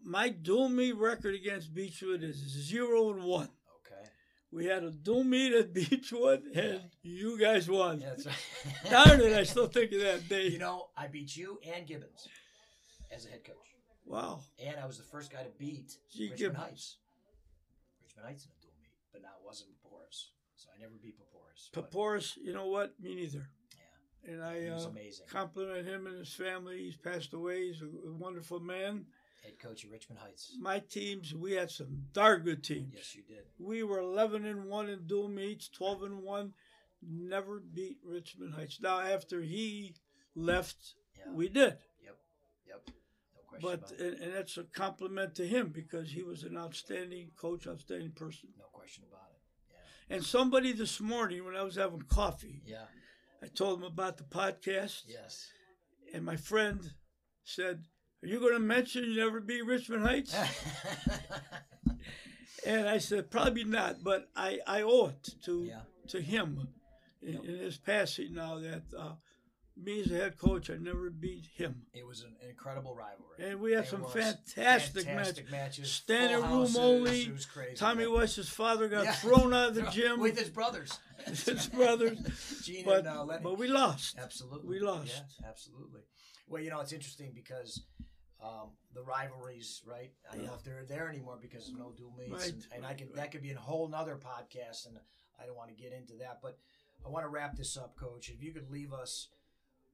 Speaker 2: my dual meet record against Beechwood is zero and one.
Speaker 1: Okay.
Speaker 2: We had a dual meet at Beechwood, and you guys won.
Speaker 1: Yeah, that's right.
Speaker 2: Darn it! I still think of that day.
Speaker 1: You know, I beat you and Gibbons as a head coach,
Speaker 2: wow.
Speaker 1: and I was the first guy to beat
Speaker 2: Gee,
Speaker 1: Richmond
Speaker 2: Gibbons.
Speaker 1: Heights. Richmond Heights in a dual meet, but now it wasn't Paporis, so I never beat Paporis. but
Speaker 2: Paporis, you know what? Me neither. And I
Speaker 1: He was
Speaker 2: uh,
Speaker 1: amazing.
Speaker 2: compliment him and his family. He's passed away. He's a a wonderful man.
Speaker 1: Head coach at Richmond Heights.
Speaker 2: My teams, we had some darn good teams.
Speaker 1: Yes, you did.
Speaker 2: We were 11 and 1 in dual meets, 12 and 1, never beat Richmond Heights. Now, after he left,
Speaker 1: Yeah.
Speaker 2: we did.
Speaker 1: Yep. Yep. No question about
Speaker 2: But,
Speaker 1: it.
Speaker 2: and, and that's a compliment to him because he was an outstanding coach, outstanding person.
Speaker 1: No question about it.
Speaker 2: And somebody this morning, when I was having coffee,
Speaker 1: Yeah.
Speaker 2: I told him about the podcast,
Speaker 1: Yeah. Yes.
Speaker 2: and my friend said, Are you going to mention you never beat Richmond Heights? And I said, probably not, but I, I owe it to
Speaker 1: Yeah.
Speaker 2: to him in,
Speaker 1: Yep.
Speaker 2: in his passing now that uh, me as a head coach, I never beat him.
Speaker 1: it was an incredible rivalry.
Speaker 2: And we had
Speaker 1: It
Speaker 2: some
Speaker 1: was
Speaker 2: fantastic,
Speaker 1: fantastic
Speaker 2: matches.
Speaker 1: matches.
Speaker 2: Standing
Speaker 1: Full
Speaker 2: room
Speaker 1: houses.
Speaker 2: only.
Speaker 1: It was crazy.
Speaker 2: Tommy
Speaker 1: Yeah.
Speaker 2: West's father got
Speaker 1: Yeah.
Speaker 2: thrown out of the gym
Speaker 1: with his brothers.
Speaker 2: with his brothers,
Speaker 1: Gene
Speaker 2: but,
Speaker 1: and uh, Lenny.
Speaker 2: but we lost.
Speaker 1: absolutely.
Speaker 2: we lost.
Speaker 1: Yeah, absolutely. Well, you know, it's interesting because um, the rivalries, right? I don't know if they're there anymore because of no dual meets,
Speaker 2: Right,
Speaker 1: and, and I
Speaker 2: right,
Speaker 1: could
Speaker 2: right.
Speaker 1: that could be a whole nother podcast, and I don't want to get into that. But I want to wrap this up, Coach. If you could leave us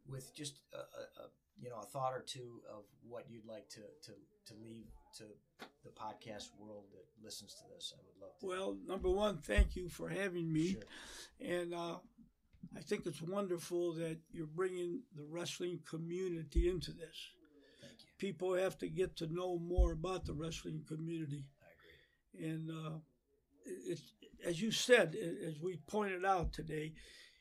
Speaker 1: with just a, a, a you know a thought or two of what you'd like to to to leave to the podcast world that listens to this, I would love to.
Speaker 2: Well, number one, thank you for having me.
Speaker 1: Sure.
Speaker 2: And uh, I think it's wonderful that you're bringing the wrestling community into this.
Speaker 1: Thank you.
Speaker 2: People have to get to know more about the wrestling community.
Speaker 1: I agree.
Speaker 2: And uh, it's, as you said, a- as we pointed out today,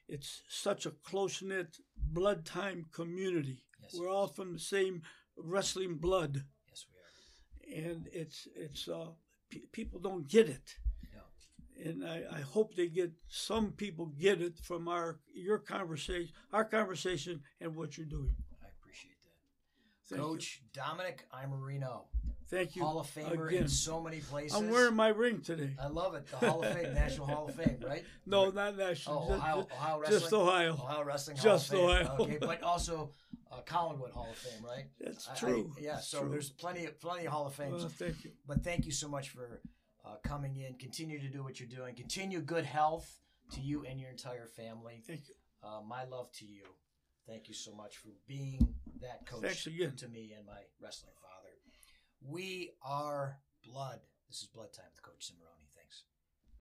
Speaker 2: it's such a close knit blood time community.
Speaker 1: Yes.
Speaker 2: We're all from the same wrestling blood,
Speaker 1: Yes, we are.
Speaker 2: and it's it's uh, pe- people don't get it
Speaker 1: No.
Speaker 2: and I, I hope they get some people get it from our your conversation, our conversation, and what you're doing.
Speaker 1: I appreciate that.
Speaker 2: Thank you.
Speaker 1: Coach Dominic Imerino,
Speaker 2: thank you,
Speaker 1: Hall of Famer in Uh,
Speaker 2: again.
Speaker 1: so many places.
Speaker 2: I'm wearing my ring today.
Speaker 1: I love it. The Hall of Fame, National Hall of Fame, right?
Speaker 2: No, not national.
Speaker 1: Oh,
Speaker 2: just,
Speaker 1: Ohio, Ohio
Speaker 2: just
Speaker 1: Wrestling.
Speaker 2: Ohio.
Speaker 1: Ohio Wrestling
Speaker 2: Just
Speaker 1: Hall of Fame.
Speaker 2: Ohio.
Speaker 1: Okay, but also uh, Collinwood Hall of Fame, right?
Speaker 2: That's
Speaker 1: I- I-
Speaker 2: true.
Speaker 1: yeah,
Speaker 2: That's
Speaker 1: so
Speaker 2: true. Uh.
Speaker 1: there's plenty of plenty of Hall of Fames.
Speaker 2: Well, thank you.
Speaker 1: but thank you so much for uh, coming in. Continue to do what you're doing. Continue good health to you and your entire family.
Speaker 2: Thank you.
Speaker 1: Uh, my love to you. Thank you so much for being that coach
Speaker 2: Thanks again.
Speaker 1: to me and my wrestling father. We are blood. This is Blood Time with Coach Cimarroni. Thanks.